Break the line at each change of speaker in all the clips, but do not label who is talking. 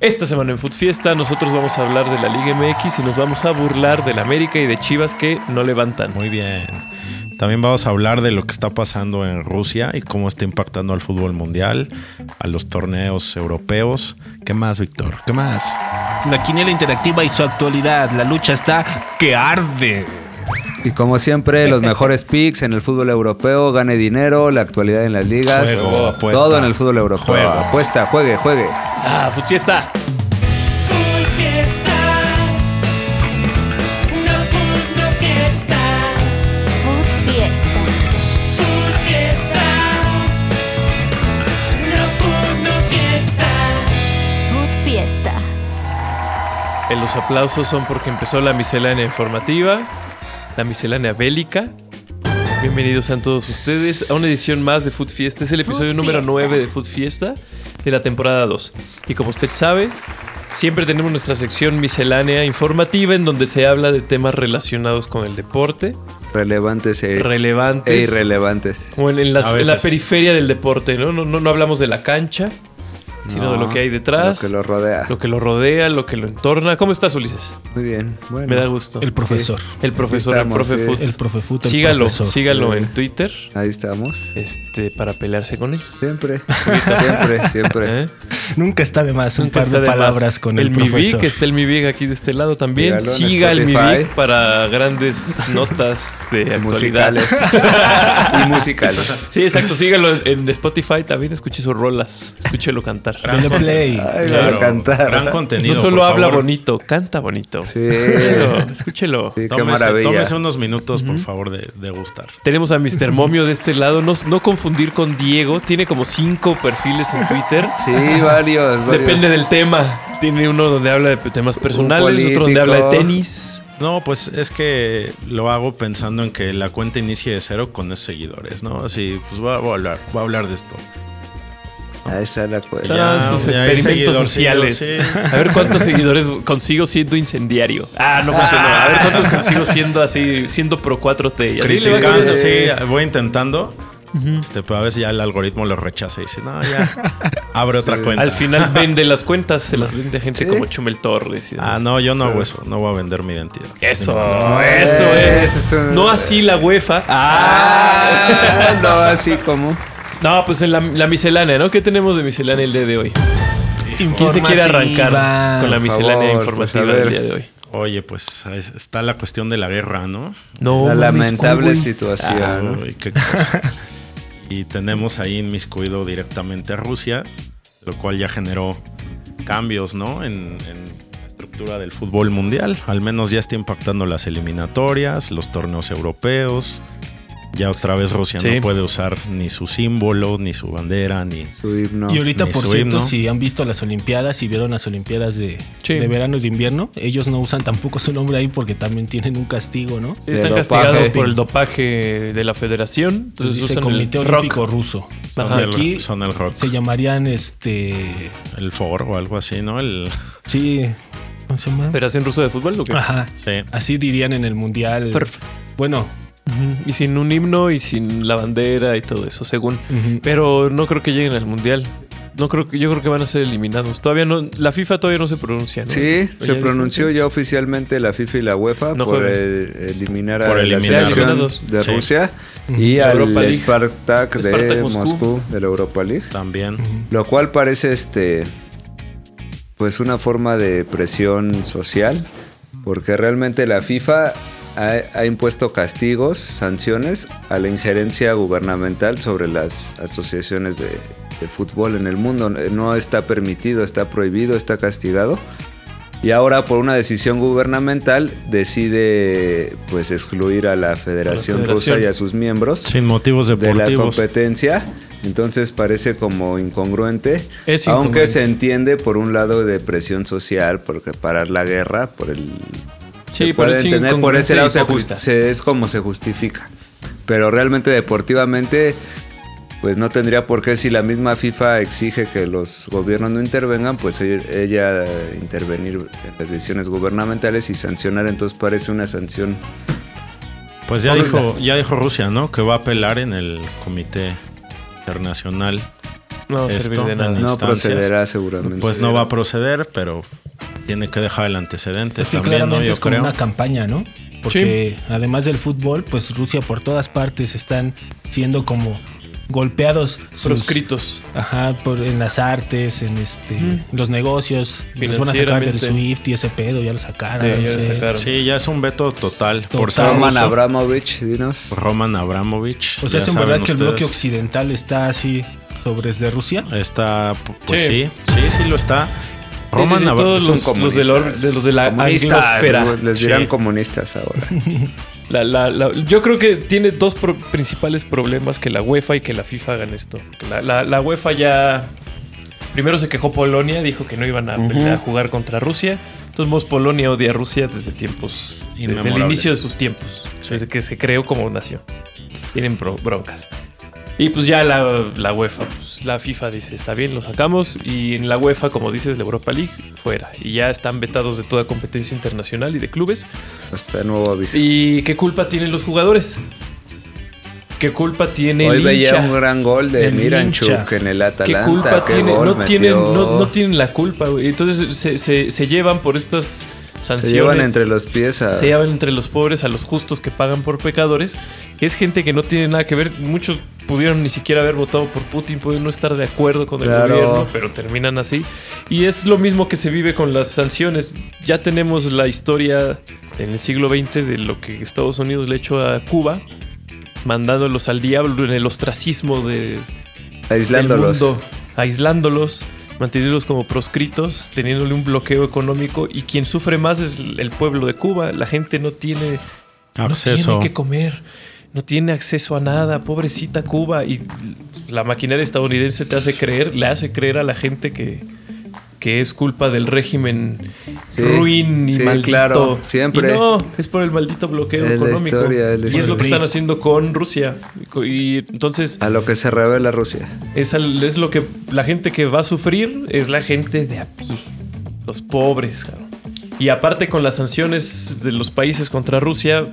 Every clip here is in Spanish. Esta semana en Food Fiesta nosotros vamos a hablar de la Liga MX y nos vamos a burlar del América y de Chivas que no levantan.
Muy bien. También vamos a hablar de lo que está pasando en Rusia y cómo está impactando al fútbol mundial, a los torneos europeos. ¿Qué más, Víctor? ¿Qué más?
La quiniela interactiva y su actualidad. La lucha está que arde.
Y como siempre, los mejores picks en el fútbol europeo, gane dinero, la actualidad en las ligas.
Juego,
todo
apuesta.
en el fútbol europeo.
Juego.
Apuesta, juegue, juegue.
Ah, Food Fiesta.
Full fiesta, no food, no fiesta,
Food Fiesta.
full fiesta, no food, no fiesta,
Food Fiesta.
En Eh, los aplausos son porque empezó la miscelánea informativa, la miscelánea bélica. Bienvenidos a todos ustedes a una edición más de Food Fiesta. Es el episodio
Food
número
Fiesta.
9 de Food Fiesta de la temporada 2. Y como usted sabe, siempre tenemos nuestra sección miscelánea informativa en donde se habla de temas relacionados con el deporte,
Relevantes e, e
relevantes.
irrelevantes.
Como en, en las-
A
en la
veces.
periferia del deporte, ¿no? No, no, no hablamos de la cancha, sino de lo que hay detrás,
Lo que lo rodea.
lo que lo rodea, lo que lo entorna. ¿Cómo estás, Ulises?
Muy bien. Bueno.
Me da gusto.
El profesor.
El profesor,
Estamos,
el profe
sí.
Foot.
El profe Fut, el
sígalo,
profesor.
sígalo
Sí.
en Twitter.
Ahí estamos.
Este, para pelearse con él.
Siempre, siempre, siempre.
¿eh?
Nunca está de más un
Nunca
par
está
de
de más.
palabras con el, profesor.
Mivig, está el Mivig aquí de este lado también.
Sígalo en
Siga el
Spotify.
Mivig para grandes notas de actualidad.
Musicales. y musicales.
Sí, exacto. Sígalo en, en Spotify también. Escuche sus rolas. Escúchelo cantar.
Dele play.
Ah,
Ay, van a cantar.
Gran contenido.
no solo
por
habla
favor.
bonito, canta bonito.
Sí.
Escúchelo. escúchelo.
Sí, qué
Tómese,
maravilla.
tómese unos minutos, por favor, de, de gustar.
Tenemos a Mr. Momio de este lado. No, no confundir con Diego. Tiene como cinco perfiles en Twitter.
Sí, varios, varios.
Depende del tema. Tiene uno donde habla de temas personales,
político.
otro donde habla de tenis.
No, pues es que lo hago pensando en que la cuenta inicie de cero con esos seguidores, ¿no? Así, pues voy a, voy a hablar, voy a hablar de esto.
Ah, esa es la cuenta.
Son sus
ya hay
experimentos
seguidorcillos,
sociales. A ver cuántos seguidores consigo siendo incendiario. Ah, no funcionó. A ver cuántos consigo siendo así, siendo pro 4T. Y así le va
Criticando,
cambiando.
sí, voy intentando. Este, pero a veces ya el algoritmo lo rechaza y dice, no, ya abre otra cuenta.
Al final vende las cuentas, se las vende a gente
Sí.
como Chumel Torres. y demás.
Ah, no, yo no hago eso. No voy a vender mi identidad.
Eso,
Eh,
eso es.
ese es un-
No así la UEFA.
Ah, no, así como.
No, pues en la, la miscelánea, ¿no? ¿Qué tenemos de miscelánea el día de hoy? ¿Quién se quiere arrancar con la
Por
miscelánea
favor,
informativa
pues, a
del
ver.
día de hoy?
Oye, pues ahí está la cuestión de la guerra, ¿no?
No,
la
Oh, mames,
lamentable
¿cómo, güey?
situación. ah, ¿no?
Uy, qué cosa. y tenemos ahí inmiscuido directamente a Rusia, lo cual ya generó cambios, ¿no? En, en la estructura del fútbol mundial. Al menos ya está impactando las eliminatorias, los torneos europeos. Ya otra vez Rusia
Sí.
no puede usar ni su símbolo, ni su bandera, ni
Su himno.
Y ahorita,
Ni
por
su
cierto,
himno.
si han visto las Olimpiadas y vieron las Olimpiadas de,
Sí.
de verano y de invierno, ellos no usan tampoco su nombre ahí porque también tienen un castigo, ¿no?
Sí, Están
de
castigados
dopaje.
por el dopaje de la federación. Entonces
Entonces dice
usan
Comité
el rock.
Olímpico Ruso.
son,
Ajá.
el,
Aquí
son el rock,
se llamarían este.
el for o algo así, ¿no? El,
Sí. ¿Cómo se llama?
¿Federación Rusa de Fútbol? ¿o qué?
Ah.
Ajá.
sí.
Así dirían en el mundial.
Perf.
Bueno,
Y sin un himno y sin la bandera y todo eso, según.
Ujú.
Pero no creo que lleguen al mundial. No creo que, yo creo que van a ser eliminados. Todavía no, la FIFA todavía no se pronuncia, ¿no?
Sí,
Ya
se
dijo
pronunció ya oficialmente la FIFA y la UEFA
No
por
juegan.
el- eliminar a
Por
la
eliminar.
selección
Eliminados.
de
Sí.
Rusia y
La
al
Europa League.
Spartak de
Spartak Moscú.
Moscú. de la Europa League,
También.
lo cual parece este pues una forma de presión social, porque realmente la FIFA ha, ha impuesto castigos, sanciones a la injerencia gubernamental sobre las asociaciones de, de fútbol en el mundo. No está permitido, está prohibido, está castigado. Y ahora por una decisión gubernamental decide pues excluir a la Federación,
Federación.
Rusa y a sus miembros
Sin motivos
de la
deportivos.
competencia. Entonces parece como incongruente,
Es incongruente.
aunque se entiende por un lado de presión social, porque parar la guerra, por el
Sí,
se
pero
puede
es
entender, por ese
incongruente
lado
y
se
poco
ju-
justa.
se- es como se justifica. Pero realmente deportivamente, pues no tendría por qué si la misma FIFA exige que los gobiernos no intervengan, pues e- ella eh, intervenir en las decisiones gubernamentales y sancionar, entonces parece una sanción.
Pues ya
Ahorita.
dijo, ya dijo Rusia, ¿no? Que va a apelar en el Comité Internacional
No va a servir
esto
de
en
nada.
No
instancias,
procederá seguramente.
Pues no va a proceder, pero tiene que dejar el antecedente
Es que
también, ¿no?
claramente
Yo
es como
creo.
una campaña, ¿no? Porque además del fútbol, pues Rusia por todas partes están siendo como golpeados. sus-
Proscritos.
Ajá, por, en las artes, en este,
Mm.
los negocios. Los van a sacar del
Financieramente.
SWIFT y ese pedo, ya lo sacaron.
Sí,
no
ya lo
sé.
sacaron.
Sí, ya es un veto total, por
Total.
ser
Roman
ruso.
Abramovich, dinos.
Roman Abramovich.
O
ya
sea, es en verdad
saben
que el bloque
ustedes. Ah.
occidental está así sobre desde Rusia.
Está, pu- pues
Sí.
sí, sí, sí lo está.
Sí, sí,
Roman
sí,
Abra-
todos
son
los, los de, la, or-
comunistas.
de los de la
Comunistas,
anglosfera.
les- Les dirán
Sí.
comunistas ahora.
La- la- la- yo creo que tiene dos pro- principales problemas que la UEFA y que la FIFA hagan esto. Que La, la- la UEFA ya... Primero se quejó Polonia, dijo que no iban a, a jugar contra Rusia. Entonces modos, Polonia odia a Rusia desde tiempos... Desde el
Inmemorables.
inicio de sus tiempos.
Sí.
Desde que se creó como nación. Tienen pro- broncas. Y pues ya la, la UEFA, pues la FIFA dice, está bien, lo sacamos. Y en la UEFA, como dices, la Europa League, fuera. Y ya están vetados de toda competencia internacional y de clubes.
Hasta este nuevo aviso.
¿Y qué culpa tienen los jugadores? ¿Qué culpa tiene
Hoy
el
veía
hincha?
un gran gol de
El
Miranchuk
hincha.
en el
¿Qué
Atalanta.
culpa
qué
tiene?
gol
No tienen,
metió.
no, no tienen la culpa, güey. Entonces se, se- se llevan por estas sanciones.
Se llevan entre los pies a.
se llevan entre los pobres a los justos que pagan por pecadores. Es gente que no tiene nada que ver. Muchos pudieron ni siquiera haber votado por Putin, pueden no estar de acuerdo con el
Claro.
gobierno, pero terminan así. Y es lo mismo que se vive con las sanciones. Ya tenemos la historia en el siglo XX de lo que Estados Unidos le echó a Cuba, mandándolos al diablo en el ostracismo de,
aislándolos.
del mundo, aislándolos, manteniéndolos como proscritos, teniéndole un bloqueo económico y quien sufre más es el pueblo de Cuba. La gente no tiene, no
Acceso.
tiene que comer, no tiene acceso a nada, pobrecita Cuba y la maquinaria estadounidense te hace creer, le hace creer a la gente que que es culpa del régimen
Sí,
ruin y
sí,
maldito.
claro, siempre.
Y no, es por el maldito bloqueo
Es la
económico.
historia, es la
y es lo
historia.
que están haciendo con Rusia. Y co- Y entonces
A lo que se revela Rusia.
es, al- es lo que la gente que va a sufrir es la gente de a pie, los pobres. cabrón. Y aparte con las sanciones de los países contra Rusia,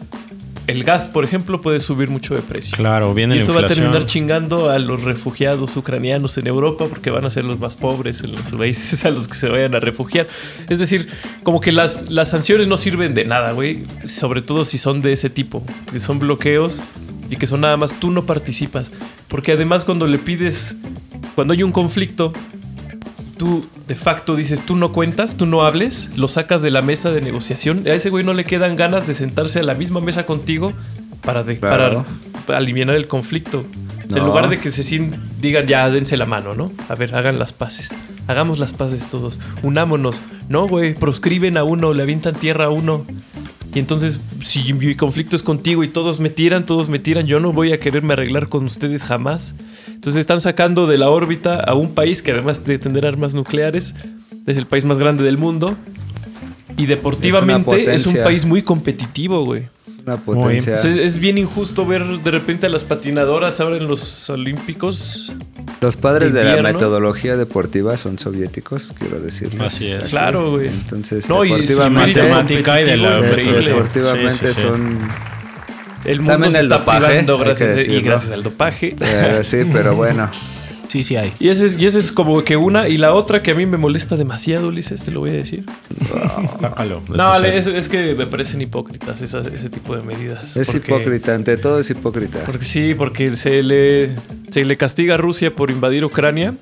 el gas, por ejemplo, puede subir mucho de precio.
Claro, viene
Y
la
eso va a
inflación.
terminar chingando a los refugiados ucranianos en Europa porque van a ser los más pobres en los países a los que se vayan a refugiar. Es decir, como que las, las sanciones no sirven de nada, güey. Sobre todo si son de ese tipo, que son bloqueos y que son nada más tú no participas. Porque además cuando le pides, cuando hay un conflicto, tú de facto dices, tú no cuentas, tú no hables, lo sacas de la mesa de negociación. A ese güey no le quedan ganas de sentarse a la misma mesa contigo para, de-
Claro.
para- para aliviar el conflicto. O sea, En
No.
lugar de que se sin- digan, ya, dense la mano, ¿no? A ver, hagan las paces. Hagamos las paces todos. Unámonos. No, güey, proscriben a uno, le avientan tierra a uno. Y entonces, si mi conflicto es contigo y todos me tiran, todos me tiran, yo no voy a quererme arreglar con ustedes jamás. Entonces están sacando de la órbita a un país que además de tener armas nucleares, es el país más grande del mundo. Y deportivamente es, un
potencia.
país muy competitivo, güey.
Una potencia.
O sea, Pues es, es bien injusto ver de repente a las patinadoras ahora en los Olímpicos.
Los padres de, la
invierno.
metodología deportiva son soviéticos, quiero decirles.
Así es.
Claro, güey.
Entonces,
No, y es
deportivamente,
un mérito
matemática y de la
competitivo
de-
increíble.
metodología. Sí,
deportivamente
sí, sí.
son.
El mundo
También
se
el
está
dopaje,
privando
hay que
gracias, y
decirlo.
gracias al dopaje.
eh, sí, pero bueno.
Sí, sí hay.
Y esa es, y esa es como que una. Y la otra que a mí me molesta demasiado, Ulises, te lo voy a decir.
Sácalo de tu
No, Ale,
ser.
es, es que me parecen hipócritas esas- ese tipo de medidas.
Es
Porque-
hipócrita, ante todo es hipócrita.
Porque sí, porque se le, se le castiga a Rusia por invadir Ucrania,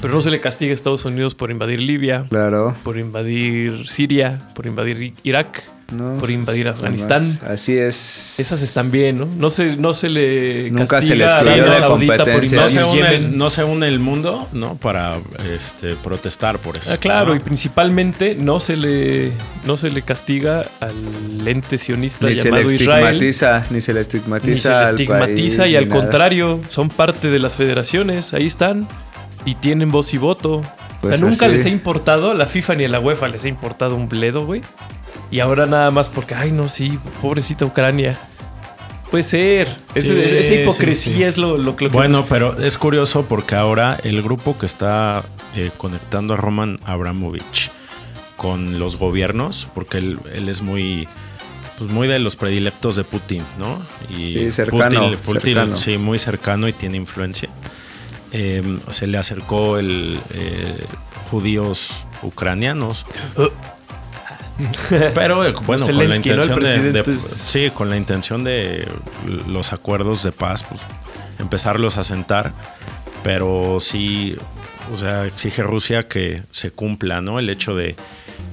pero no se le castiga a Estados Unidos por invadir Libia,
Claro.
por invadir Siria, por invadir I- Irak,
No,
por invadir
Además,
Afganistán.
Así es.
Esas están bien, ¿no? No se, no se le
Nunca se
castiga
les
a
pidió
Arabia
de
Saudita por
competencia.
no
invadir
se, une
Yemen.
el, no se une el mundo, ¿no? Para este, protestar por eso.
Ah, claro,
¿no?
y principalmente no se le no se le castiga al ente sionista
Ni se le
llamado Israel.
estigmatiza, ni se le
ni
estigmatiza.
se le
al
estigmatiza
país,
y
ni
al
nada.
contrario, son parte de las federaciones, ahí están y tienen voz y voto. O sea,
Pues
nunca
así.
les ha importado, a la FIFA ni a la UEFA les ha importado un bledo, güey. Y ahora nada más porque, ay, no, sí, pobrecita Ucrania. Puede ser. Es-
Sí,
es- esa
sí,
hipocresía
sí.
es lo, lo- lo que... pues
Bueno, pero es curioso porque ahora el grupo que está eh, conectando a Roman Abramovich con los gobiernos, porque él, él es muy, pues muy de los predilectos de Putin, ¿no? Y
Sí, cercano,
Putin, Putin,
cercano.
sí, muy cercano y tiene influencia. eh, se le acercó el eh, judíos ucranianos. Pero eh, bueno, con la
Zelensky, ¿no? El
intención de- de,
presidente es-
sí, con la intención de los acuerdos de paz, pues empezarlos a sentar. Pero sí, o sea, exige Rusia que se cumpla, ¿no? El hecho de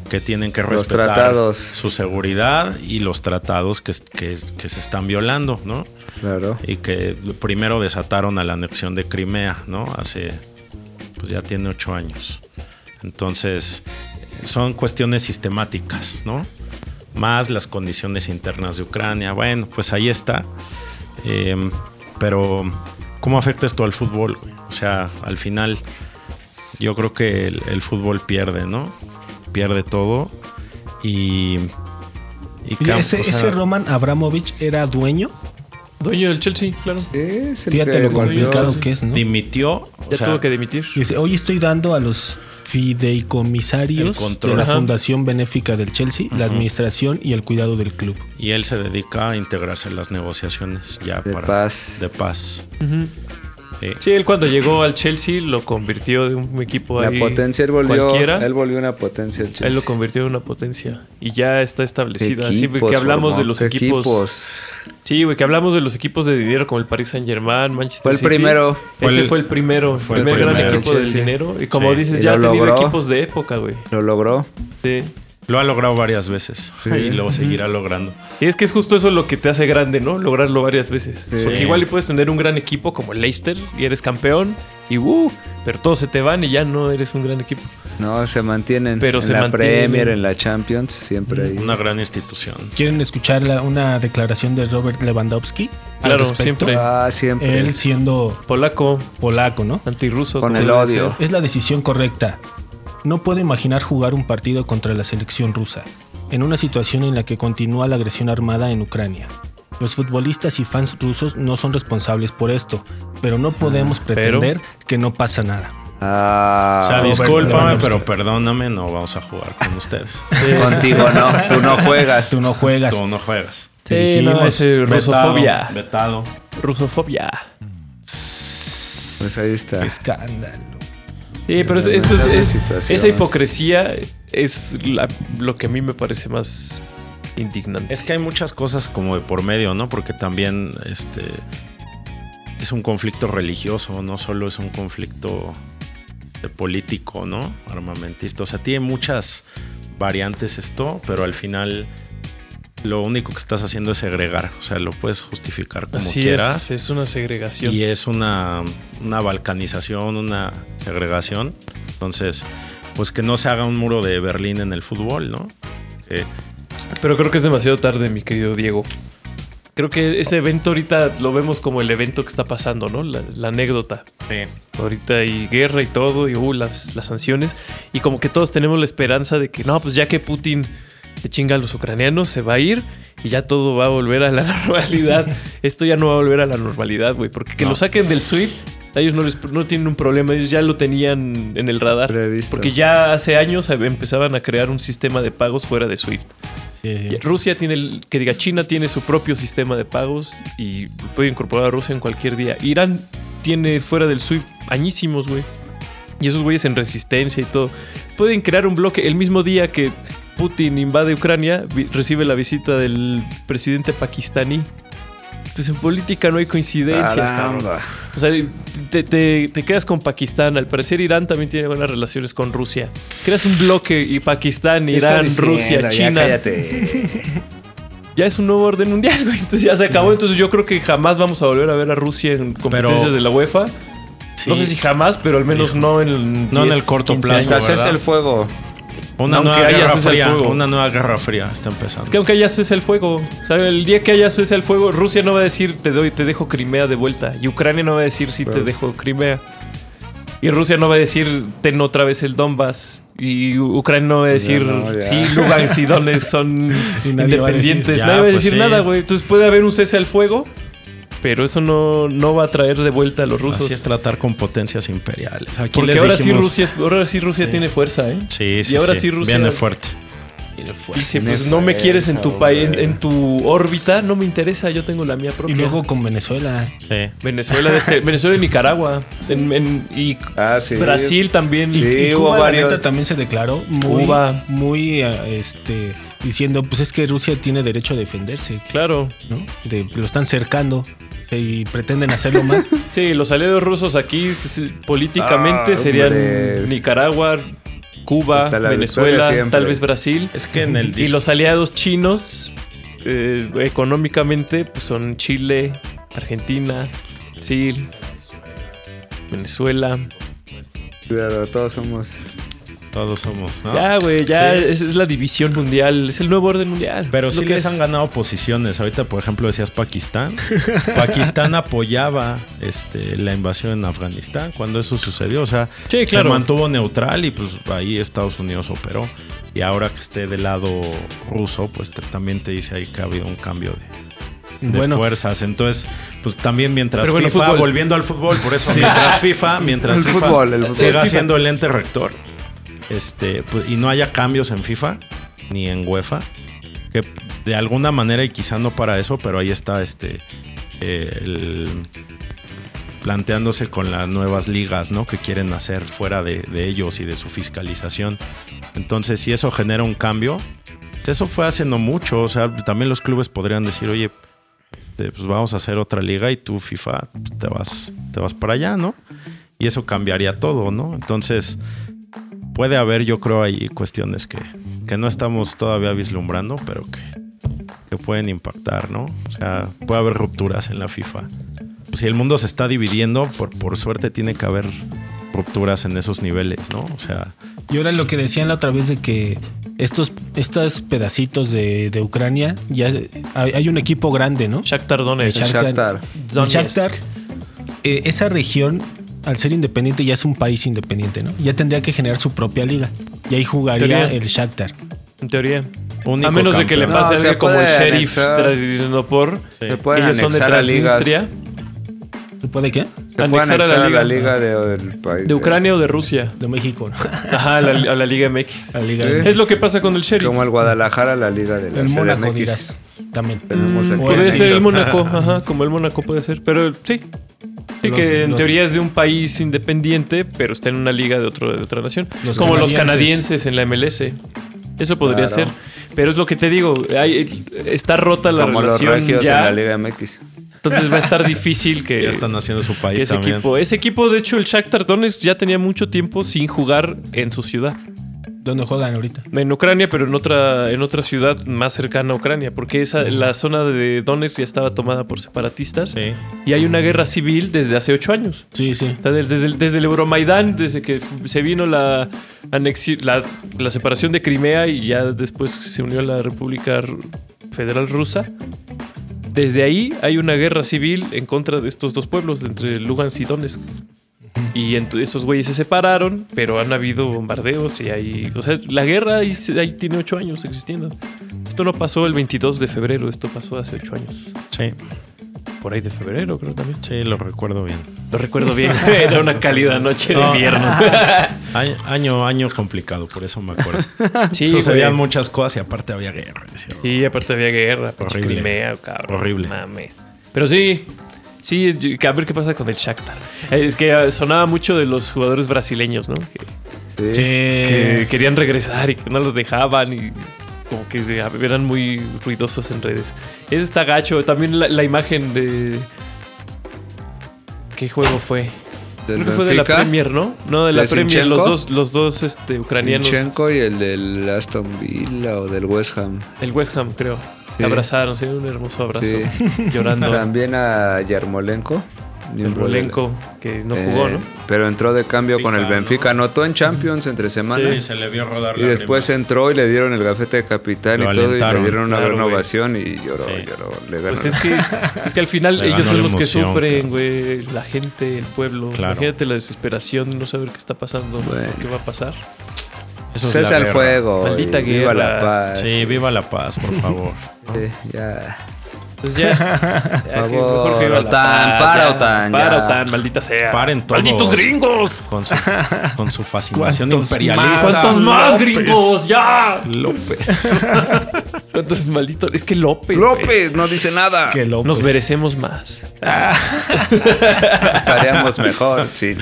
que tienen que
Los
respetar
tratados.
su seguridad y los tratados que, que- que se están violando, ¿no?
Claro.
y que primero desataron a la anexión de Crimea, ¿no? Hace, pues ya tiene ocho años. Entonces, son cuestiones sistemáticas, ¿no? Más las condiciones internas de Ucrania. Bueno, pues ahí está. Eh, pero, ¿cómo afecta esto al fútbol? güey? O sea, al final, yo creo que el, el fútbol pierde, ¿no? Pierde todo y... y
Mira,
Cam-
ese,
o sea,
ese Roman Abramovich era dueño.
Dueño del Chelsea, claro.
Es el
Fíjate
que
lo
volvió.
complicado que es, ¿no?
dimitió. o
Ya
sea,
tuvo que dimitir.
Dice, hoy estoy dando a los
El
fideicomisarios
control.
de la
Ajá.
Fundación Benéfica del Chelsea, la administración y el cuidado del club.
Y él se dedica a integrarse en las negociaciones ya
De
para
paz.
de paz.
Ujú.
Eh,
Sí, él cuando llegó al Chelsea lo convirtió de un equipo
La
ahí
potencia, él volvió,
cualquiera.
él volvió una potencia. el Chelsea.
Él lo convirtió en una potencia y ya está establecida. Así
Equipos
que hablamos
formó,
de los
qué
equipos. Sí, güey, que hablamos de los equipos de dinero como el Paris Saint Germain, Manchester
Fue el
City.
primero.
Fue
Ese
el-
fue el primero.
fue
el
el
primer gran
primero.
equipo del
Sí, sí.
dinero. Y como
Sí.
dices,
Y
ya ha
lo
tenido
logró.
equipos de época, güey.
Lo logró.
Sí.
Lo ha logrado varias veces y lo seguirá logrando.
Y es que es justo eso lo que te hace grande, ¿no? Lograrlo varias veces. Porque igual y puedes tener un gran equipo como el Leicester y eres campeón y ¡uh! Pero todos se te van y ya no eres un gran equipo.
No, se mantienen
Pero
en
se
la
mantienen.
Premier, en la Champions, siempre ahí.
Una gran institución.
¿Quieren escuchar la- una declaración de Robert Lewandowski? al
Claro,
respecto?
siempre.
Ah, siempre.
Él siendo
Polaco,
polaco, ¿no?
antirruso.
Con
como
el
debe
odio.
ser.
Es la decisión correcta. No puedo imaginar jugar un partido contra la selección rusa, en una situación en la que continúa la agresión armada en Ucrania. Los futbolistas y fans rusos no son responsables por esto, pero no podemos
Ah, pero-
pretender que no pasa nada.
Ah,
o sea,
bueno,
discúlpame,
bueno,
pero perdóname, no vamos a jugar con ustedes.
Contigo no, tú no juegas.
Tú no juegas.
Tú no juegas.
Sí, no, es eh, rusofobia.
Vetado. vetado.
Rusofobia.
Pues ahí está.
Escándalo.
Sí, pero es-
Una
eso es,
grave
es-
situación.
esa hipocresía es la- lo que a mí me parece más indignante.
Es que hay muchas cosas como de por medio, ¿no? Porque también este es un conflicto religioso, no solo es un conflicto este, político, ¿no? Armamentista. O sea, tiene muchas variantes esto, pero al final lo único que estás haciendo es segregar. O sea, lo puedes justificar como
Así
quieras.
es, es una segregación.
Y es una, una balcanización, una segregación. Entonces, pues que no se haga un muro de Berlín en el fútbol, ¿no? Que-
Pero creo que es demasiado tarde, mi querido Diego. Creo que ese evento ahorita lo vemos como el evento que está pasando, ¿no? La, la anécdota. Ahorita hay guerra y todo, y uh, las, las sanciones. Y como que todos tenemos la esperanza de que, no, pues ya que Putin se chinga a los ucranianos, se va a ir y ya todo va a volver a la normalidad. Esto ya no va a volver a la normalidad, güey. Porque que
No.
lo saquen del SWIFT, a ellos no, les, no tienen un problema, ellos ya lo tenían en el radar.
Previsto.
Porque ya hace años eh, empezaban a crear un sistema de pagos fuera de SWIFT. Y Rusia tiene, el, que diga China tiene su propio sistema de pagos y puede incorporar a Rusia en cualquier día. Irán tiene fuera del SWIFT añísimos, güey. Y esos güeyes en resistencia y todo. Pueden crear un bloque el mismo día que Putin invade Ucrania, vi- recibe la visita del presidente pakistaní. Pues en política no hay coincidencias, cabrón.
Caramba.
O sea, te, te- te quedas con Pakistán. Al parecer, Irán también tiene buenas relaciones con Rusia. Creas un bloque y Pakistán,
¿Qué está
Irán,
diciendo?
Rusia,
Ya
China.
cállate.
Ya es un nuevo orden mundial, güey. Entonces ya se acabó. Entonces yo creo que jamás vamos a volver a ver a Rusia en competencias
Pero-
de la UEFA. No
Sí.
sé si jamás, pero al menos
Hijo.
no en
No en
10,
el corto
15
plazo.
años.
Escasez
¿verdad?
el fuego.
Una
Aunque
nueva
haya
guerra
cese al
fría.
fuego.
Una nueva guerra fría está empezando.
Es que aunque haya cese el fuego, o sea, el día que haya cese el fuego, Rusia no va a decir te doy, te dejo Crimea de vuelta. Y Ucrania no va a decir sí te dejo Crimea. Y Rusia no va a decir ten otra vez el Donbass. Y U- Ucrania no va a decir
no, ya.
sí, Lugansk y Donetsk son
Y nadie va a decir,
independientes.
"Ya,
nadie va a
pues
decir
sí".
nada, güey. Entonces puede haber un cese al fuego, pero eso no, no va a traer de vuelta a los rusos.
Así es tratar con potencias imperiales. Aquí
Porque
les
ahora sí
dijimos-
Rusia, es- ahora sí Rusia tiene fuerza, ¿eh?
Sí, sí,
y ahora
sí.
sí Rusia
Viene fuerte.
Tiene fuerza.
Dice, pues
Nefasta,
no me quieres en tu
hombre.
país, en, en tu órbita, no me interesa, yo tengo la mía propia.
Y luego con Venezuela.
Sí.
Venezuela, de este- Venezuela y Nicaragua. En, en- y
Ah, sí.
Brasil también.
Sí,
Y
hubo
Cuba, la
varios.
neta, también se declaró muy,
Cuba.
muy eh, este, diciendo, pues es que Rusia tiene derecho a defenderse,
Claro.
¿no? De- lo están cercando sí, y pretenden hacerlo más.
Sí, los aliados rusos aquí s- políticamente
Ah,
serían
hombre.
Nicaragua, Cuba,
Hasta la victoria
Venezuela,
siempre.
tal vez Brasil.
Es que en el
Y los aliados chinos eh, económicamente pues son Chile, Argentina, Brasil, Venezuela.
Claro, todos somos.
todos somos, ¿no?
Ya, güey, ya
Sí.
es, es la división mundial, es el nuevo orden mundial.
Pero
es pues, lo
sí
que
les
es.
han ganado posiciones. Ahorita, por ejemplo, decías Pakistán. Pakistán apoyaba este, la invasión en Afganistán cuando eso sucedió. O sea,
Sí, claro.
se mantuvo neutral y pues ahí Estados Unidos operó. Y ahora que esté del lado ruso, pues te- también te dice ahí que ha habido un cambio de, de
Bueno.
fuerzas. Entonces, pues también mientras
Pero bueno,
FIFA,
fútbol.
volviendo al fútbol, por eso mientras FIFA, mientras
El
FIFA
fútbol, el fútbol.
siga
FIFA.
siendo el ente rector este, pues, y no haya cambios en FIFA ni en UEFA, que de alguna manera y quizá no para eso, pero ahí está este eh, el- planteándose con las nuevas ligas, ¿no? Que quieren hacer fuera de, de ellos y de su fiscalización. Entonces, si eso genera un cambio, pues, eso fue hace no mucho. O sea, también los clubes podrían decir, oye, este, pues vamos a hacer otra liga y tú FIFA te vas, te vas para allá, ¿no? Y eso cambiaría todo, ¿no? Entonces puede haber, yo creo, ahí cuestiones que, que no estamos todavía vislumbrando, pero que, que pueden impactar, ¿no? O sea, puede haber rupturas en la FIFA. Pues si el mundo se está dividiendo, por, por suerte tiene que haber rupturas en esos niveles, ¿no? O sea,
Y ahora lo que decían la otra vez de que estos, estos pedacitos de, de Ucrania, ya hay, hay un equipo grande, ¿no?
Shakhtar Donetsk.
Shakhtar
Shakhtar.
Donetsk.
Shakhtar, eh, esa región, al ser independiente, ya es un país independiente, ¿no? Ya tendría que generar su propia liga. Y ahí jugaría
Teoría.
el Shakhtar.
En teoría.
Único
a menos de que le
campeón.
pase
No, se
algo como el
puede
sheriff
anexar.
diciendo por.
Sí.
Se pueden
Ellos son de
anexar a ligas.
Transnistria,
¿Se puede qué?
Se pueden
Anexar
anexar
a la
a la
liga.
liga de- del país.
de Ucrania o de Rusia.
De México, ¿no?
Ajá, a la, a la Liga MX.
La liga.
Sí.
Es lo que pasa con el sheriff.
Como el Guadalajara, la liga de la
El Mónaco,
CDMX.
dirás. También.
Tenemos aquí.
O
Puede
el
ser el
Nixon.
Mónaco, ajá, como el Mónaco puede ser. Pero sí. Sí,
Los-
que en
los-
teoría es de un país independiente, pero está en una liga de, otro, de otra nación.
Los
como los
canadienses.
canadienses en la MLS. Eso podría
Claro.
ser. Pero es lo que te digo, hay- está rota la
Como los
relación
regios
ya.
en la liga MX.
Entonces va a estar difícil que,
ya están haciendo su
que
país
ese
también.
equipo... Ese equipo, de hecho, el Shakhtar Donetsk ya tenía mucho tiempo sin jugar en su ciudad.
¿Dónde juegan ahorita?
En Ucrania, pero en otra, en otra ciudad más cercana a Ucrania, porque esa, la zona de Donetsk ya estaba tomada por separatistas
Sí.
y hay una guerra civil desde hace ocho años.
Sí, sí.
O sea, Desde, el- desde el Euromaidán, desde que f- se vino la, anexi- la, la separación de Crimea y ya después se unió la República Ru- Federal Rusa. Desde ahí hay una guerra civil en contra de estos dos pueblos, entre Lugansk y Donetsk. Y ento- esos güeyes se separaron, pero han habido bombardeos y hay... O sea, la guerra ahí, se- ahí tiene ocho años existiendo. Esto no pasó el 22 de febrero, esto pasó hace ocho años.
Sí,
Por ahí de febrero, creo también.
sí, lo recuerdo bien.
Lo recuerdo bien. Era una cálida noche de invierno.
Año- Año, año complicado, por eso me acuerdo.
Ah, Sí,
Sucedían
güey.
muchas cosas y aparte había guerra. decía.
Sí, aparte había guerra. pinche
Horrible.
Crimea, cabrón.
Horrible.
Mame. Pero sí, sí, yo- a ver qué pasa con el Shakhtar. Eh, Es que eh, sonaba mucho de los jugadores brasileños, ¿no? Que,
Sí.
Eh,
que querían regresar y que no los dejaban y como que eh, eran muy ruidosos en redes. Eso está gacho. También la, la imagen de... ¿Qué juego fue?
Del
Creo que fue de la
Benfica,
Premier, ¿no? No, de la
¿De
Premier. Los
Zinchenko?
dos, los dos este, ucranianos.
Zinchenko y el del Aston Villa o del West Ham.
El West Ham, creo.
Sí.
Se abrazaron, se dieron un hermoso abrazo. Llorando.
También a Yarmolenko.
El Bolenko, que no jugó,
Eh,
¿no?
Pero entró de cambio con el
Benfica,
Benfica. Anotó en Champions entre semana.
Sí, se le vio rodar
Y después
lágrimas.
entró y le dieron el gafete de capitán
Lo
y todo, y le
alentaron.
dieron una
Claro,
gran
güey.
ovación y lloró,
Sí.
lloró. Le ganó.
Pues es que, es que al final
Le
ellos
ganó
son
la
los que
emoción,
sufren,
claro.
güey. La gente, el pueblo.
Claro.
Imagínate la desesperación de no saber qué está pasando,
Bueno.
qué va a pasar.
Eso es la
César
guerra.
Fuego.
Maldita
y viva
guerra.
la paz.
Sí, viva la paz, por favor. ¿no?
Sí, ya.
Entonces ya. ya
Por
que mejor que viva
favor,
la
OTAN,
paz,
para
ya.
OTAN,
Para
ya.
OTAN, maldita sea.
Paren todos.
¡Malditos gringos!
Con su, con su fascinación
¿Cuántos
imperialista.
¿Cuántos más
López.
gringos? ¡Ya!
López.
¿Cuántos malditos? Es que López. güey.
López no dice nada.
Que López.
Nos merecemos más.
Estaríamos mejor, sí.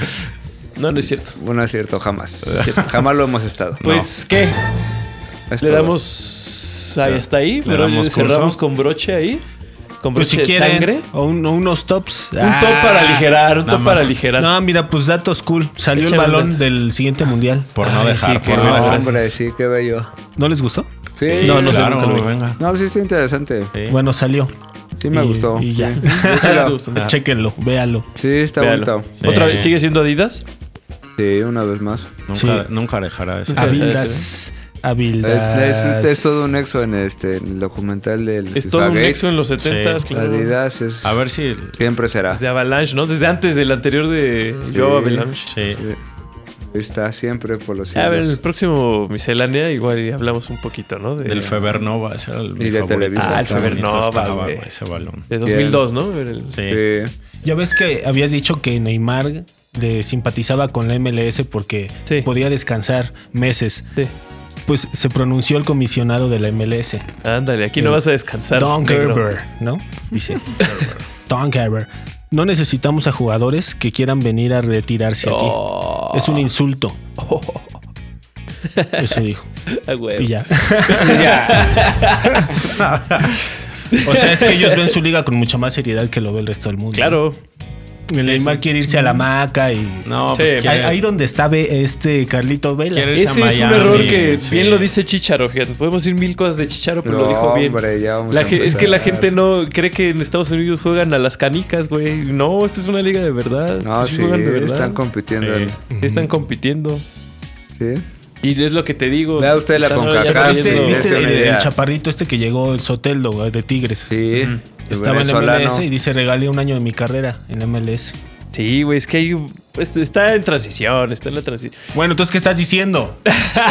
No, no es cierto.
Bueno, es cierto, jamás. Jamás lo hemos estado.
Pues, ¿qué?
Es
Le
todo.
damos ahí hasta ahí,
Le
pero
damos
cerramos
curso.
con broche ahí. Con
Pues
broche
si
de
quieren,
sangre.
o un- o unos tops. Ah.
Un top para aligerar, un
Ah, nada
top para
más.
aligerar.
No, mira, pues datos cool. Salió
Échame
el balón
un dato.
del siguiente mundial.
Por no
Ay,
dejar,
sí,
por
qué
no
no,
dejar.
Hombre, sí, qué bello.
¿No les gustó?
Sí.
No, no sé,
claro,
nunca lo vi.
venga.
No, sí está interesante.
Sí.
Bueno, salió.
Sí me
Y-
gustó.
Y ya.
Sí, sí, la-
Te gustó.
Chéquenlo, véalo.
sí, está
Véalo.
bonito.
Sí.
Otra vez, ¿sigue siendo Adidas?
Sí, una vez más.
Nunca,
Sí.
nunca dejará ese.
Ah,
Habildas.
Es,
Habildas.
es- es todo un nexo en este en el documental del
Es todo un
Fifagate.
nexo en los 70s,
Sí.
claro.
Adidas es-
A ver si.
siempre será.
Desde Avalanche, ¿no? Desde antes del anterior de
Sí.
Yo Avalanche.
Sí.
Está siempre por los
A ver, el
siglos.
próximo miscelánea igual y hablamos un poquito, ¿no? De,
Del Febernova, ese era el mi
de
favorito.
Televisa. Ah, el
Qué bonito
Febernova,
estaba,
güey.
güey, ese balón.
de 2002, ¿no? Era el-
Sí.
Sí.
Ya ves que habías dicho que Neymar de- simpatizaba con la MLS porque
Sí.
podía descansar meses.
Sí.
Pues se pronunció el comisionado de la MLS,
Ándale, aquí no vas a descansar.
Don
negro.
Gerber, ¿no? Dice. Don Gerber. No necesitamos a jugadores que quieran venir a retirarse
Oh.
aquí. Es un insulto. Eso dijo.
Ah, güey.
Y ya. o sea, es que ellos ven su liga con mucha más seriedad que lo ve el resto del mundo.
Claro.
El Neymar quiere irse a la maca y.
No,
Sí.
pues
Ahí-
Ahí,
quiere-
ahí donde está ve- este Carlito Vela.
Quiere irse a
Ese es un
Miami,
error que
sí.
bien lo dice Chicharo, fíjate. Podemos decir mil cosas de Chicharo, pero
No,
lo dijo bien.
hombre, ya vamos
La
a
ge- es
empezar.
que la gente no cree que en Estados Unidos juegan a las canicas, güey. No, esta es una liga de verdad.
No,
Sí
sí,
juegan de verdad.
están compitiendo.
Sí.
en-
Están compitiendo.
Sí.
Y es lo que te digo.
Vea usted la
Están
CONCACAF,
ya
¿viste?
perdiendo.
Es
Este, ¿Viste
una
el,
idea.
el chaparrito este que llegó, el Soteldo, de Tigres?
Sí.
Estaba en la
Venezolano.
MLS y dice, regalé un año de mi carrera en la MLS.
Sí, güey, es que hay, pues, está en transición, está en la transición.
Bueno, entonces, ¿qué estás diciendo?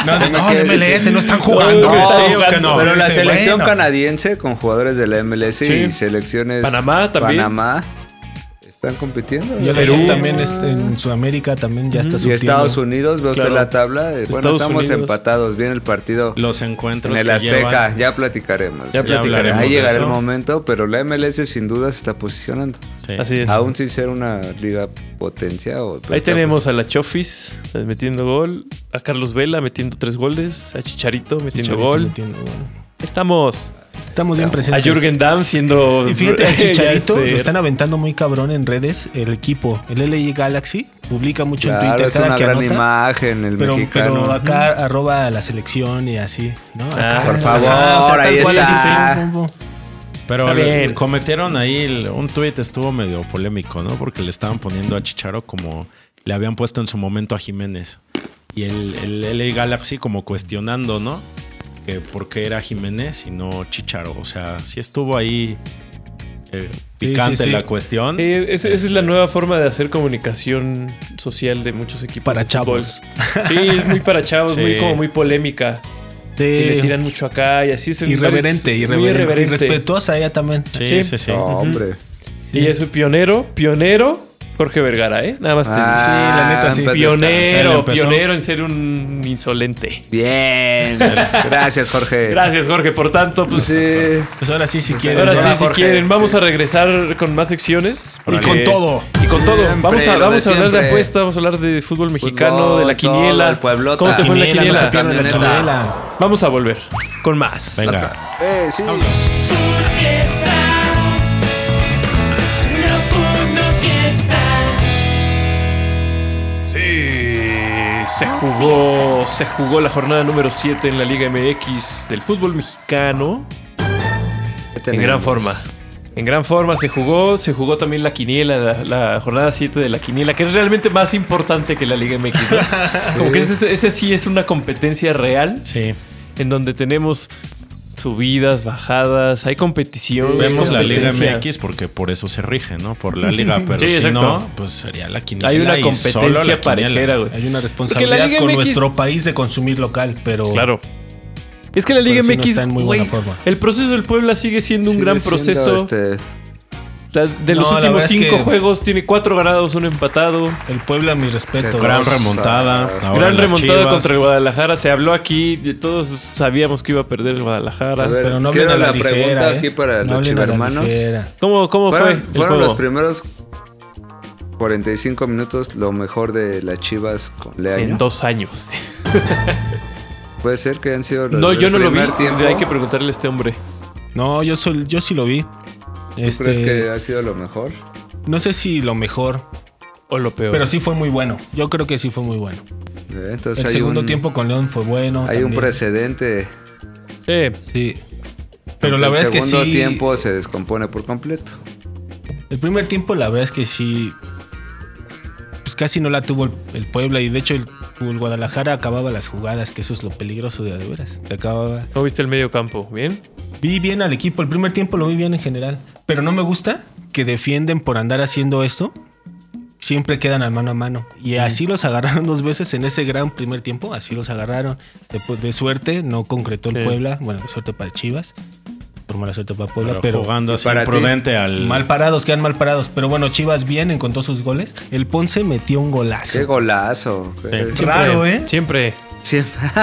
No, no, no,
quieres
en MLS,
decir?
no están jugando.
No,
que sí
no,
o que no.
Pero la
Dice,
selección
bueno.
canadiense con jugadores de la MLS
Sí.
y selecciones.
Panamá también.
Panamá. Están compitiendo.
Yo
Perú.
Perú también este, en Sudamérica también ya está
Y
surtiendo.
Estados Unidos, ve
Claro.
usted la tabla. Eh, Bueno,
Estados
estamos
Unidos.
empatados. Viene el partido
los
en
encuentros
el
que
Azteca.
llevan.
Ya platicaremos.
Ya
Sí.
platicaremos
Ahí
de
llegará
eso.
el momento, pero la MLS sin duda se está posicionando.
Sí.
Así es.
Aún sin ser una liga potencia. O pues,
Ahí tenemos a la Chofis eh, metiendo gol, a Carlos Vela metiendo tres goles, a Chicharito metiendo
Chicharito
gol.
metiendo gol.
Estamos.
Estamos bien
A
presentes.
Jürgen Damm siendo.
Y fíjate, el
ya
Chicharito
este-
lo están aventando muy cabrón en redes. El equipo, el LA Galaxy, publica mucho en
pues, Claro,
Twitter
es
cada
una
que
gran
anota.
imagen el
Pero,
mexicano.
pero acá arroba a la selección y así, ¿no? Acá,
Ah, por
favor,
tal
ahí
cual, así,
está.
sí, pum, pum.
Pero
Está
le-
bien.
cometieron ahí el- un tuit, estuvo medio polémico, ¿no? Porque le estaban poniendo a Chicharo como le habían puesto en su momento a Jiménez. Y el, el LA Galaxy como cuestionando, ¿no? Que por qué era Jiménez y no Chicharo. O sea, sí estuvo ahí eh,
Sí,
picante
sí, sí.
la cuestión.
Sí, es- Eh, esa es la nueva forma de hacer comunicación social de muchos equipos.
Para
de fútbol.
chavos.
Sí, es muy para chavos,
Sí.
muy como muy polémica.
Sí.
Y le tiran mucho acá y así es. en
Eh, irreverente,
varios-
irreverente,
Muy irreverente.
irrespetuosa ella también.
Sí,
sí.
sí, sí.
No, hombre.
Y es un pionero, pionero Jorge Vergara, ¿eh? Nada más te digo.
Ah,
la neta, sí.
en paz
Se le
Pionero,
empezó.
pionero en ser un insolente.
Bien. Gracias, Jorge.
Gracias, Jorge. Por tanto, pues.
Sí.
Pues ahora sí, si quieren.
Ahora
¿no?
sí, si
Jorge,
quieren, vamos
sí.
a regresar con más secciones. porque-
con todo.
Y con todo.
Siempre,
vamos a,
lo
vamos
de
a hablar de
siempre.
apuestas, vamos a hablar de fútbol mexicano,
Fútbol,
de la
todo, el
quiniela.
Pueblota.
¿Cómo te fue en la
Quiniela, no se
quiniela?
pierdan la
Camioneta.
quiniela.
Vamos a volver con más.
Venga.
Eh, sí.
Food Fiesta. No Food No Fiesta.
Se jugó, se jugó la jornada número 7 en la Liga MX del fútbol mexicano. En gran forma. En gran forma se jugó, se jugó también la quiniela, la, la jornada 7 de la quiniela, que es realmente más importante que la Liga MX. ¿no? Como que ese, ese sí es una competencia real
Sí.
en donde tenemos subidas, bajadas, hay competición.
Vemos
hay
la Liga
competencia.
MX porque por eso se rige, ¿no? Por la Liga. Pero
Sí,
si
exacto.
no, pues sería la quiniela.
Hay una
y solo la
competencia
quiniela.
parejera, güey.
Hay una responsabilidad
Liga
con
MX
nuestro país de consumir local, pero
Claro. Es que la Liga
Pero sí no
MX
está en muy
güey,
buena forma.
El proceso del Puebla sigue siendo un
Sigue
gran
siendo,
proceso.
este,
O sea, de los
No, la
últimos
verdad es
cinco
que-
juegos tiene cuatro ganados, un empatado.
El Puebla, mi respeto.
Qué
Gran
Cosa.
remontada. ahora
gran
las
remontada
Chivas.
contra el Guadalajara. Se habló aquí. de- Todos sabíamos que iba a perder el Guadalajara.
A ver,
Pero no hablen
quiero
a la,
la
ligera,
pregunta
¿eh?
aquí para
No
los
hablen a la
chivermanos.
ligera.
¿Cómo, cómo fue?
Fueron,
el
fueron
juego?
los primeros 45 minutos lo mejor de las Chivas con
en
Leaño.
dos años.
Puede ser que han sido los
no,
del
yo no lo vi.
primer tiempo.
Hay que preguntarle a este hombre.
No, yo, soy, yo sí lo vi.
¿Tú crees
Este,
que ha sido lo mejor?
No sé si lo mejor,
O lo peor.
pero sí fue muy bueno. Yo creo que sí fue muy bueno.
Eh, Entonces
El
hay
segundo
un,
tiempo con León fue bueno.
hay un
también.
precedente.
Eh,
Sí. Pero la
el
verdad es que
segundo
sí.
tiempo se descompone por completo.
El primer tiempo, la verdad es que sí. Pues casi no la tuvo el, el Puebla. Y de hecho, el, el Guadalajara acababa las jugadas, que eso es lo peligroso de de veras. Te acababa.
no viste el medio campo. ¿Bien?
Vi bien al equipo. El primer tiempo lo vi bien en general. Pero no me gusta que defienden por andar haciendo esto. Siempre quedan al mano a mano. Y así los agarraron dos veces en ese gran primer tiempo. Así los agarraron. De, pues, de suerte, no concretó el
Sí.
Puebla. Bueno, de suerte para Chivas. Por mala suerte para Puebla.
Pero,
Pero,
jugando así
para ti,
imprudente al.
mal parados, quedan mal parados. Pero bueno, Chivas bien, encontró sus goles. El Ponce metió un golazo.
Qué golazo. qué-
Sí.
Raro, ¿eh?
Siempre.
Siempre.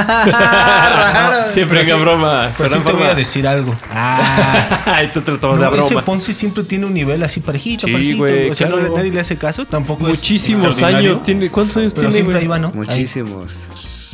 Siempre en broma.
Pero sí
Ferran
te voy
Forma.
a decir algo. Ah.
Ay, tú te lo tomas de a
No, ese
broma.
Ponce siempre tiene un nivel así parejito,
Sí,
parejito.
güey,
o sea, no
claro.
le- nadie le hace caso, tampoco es
Muchísimos
extraordinario,
años tiene. ¿Cuántos años
Pero
tiene,
siempre
güey?
ahí va, ¿no? Ahí.
Muchísimos.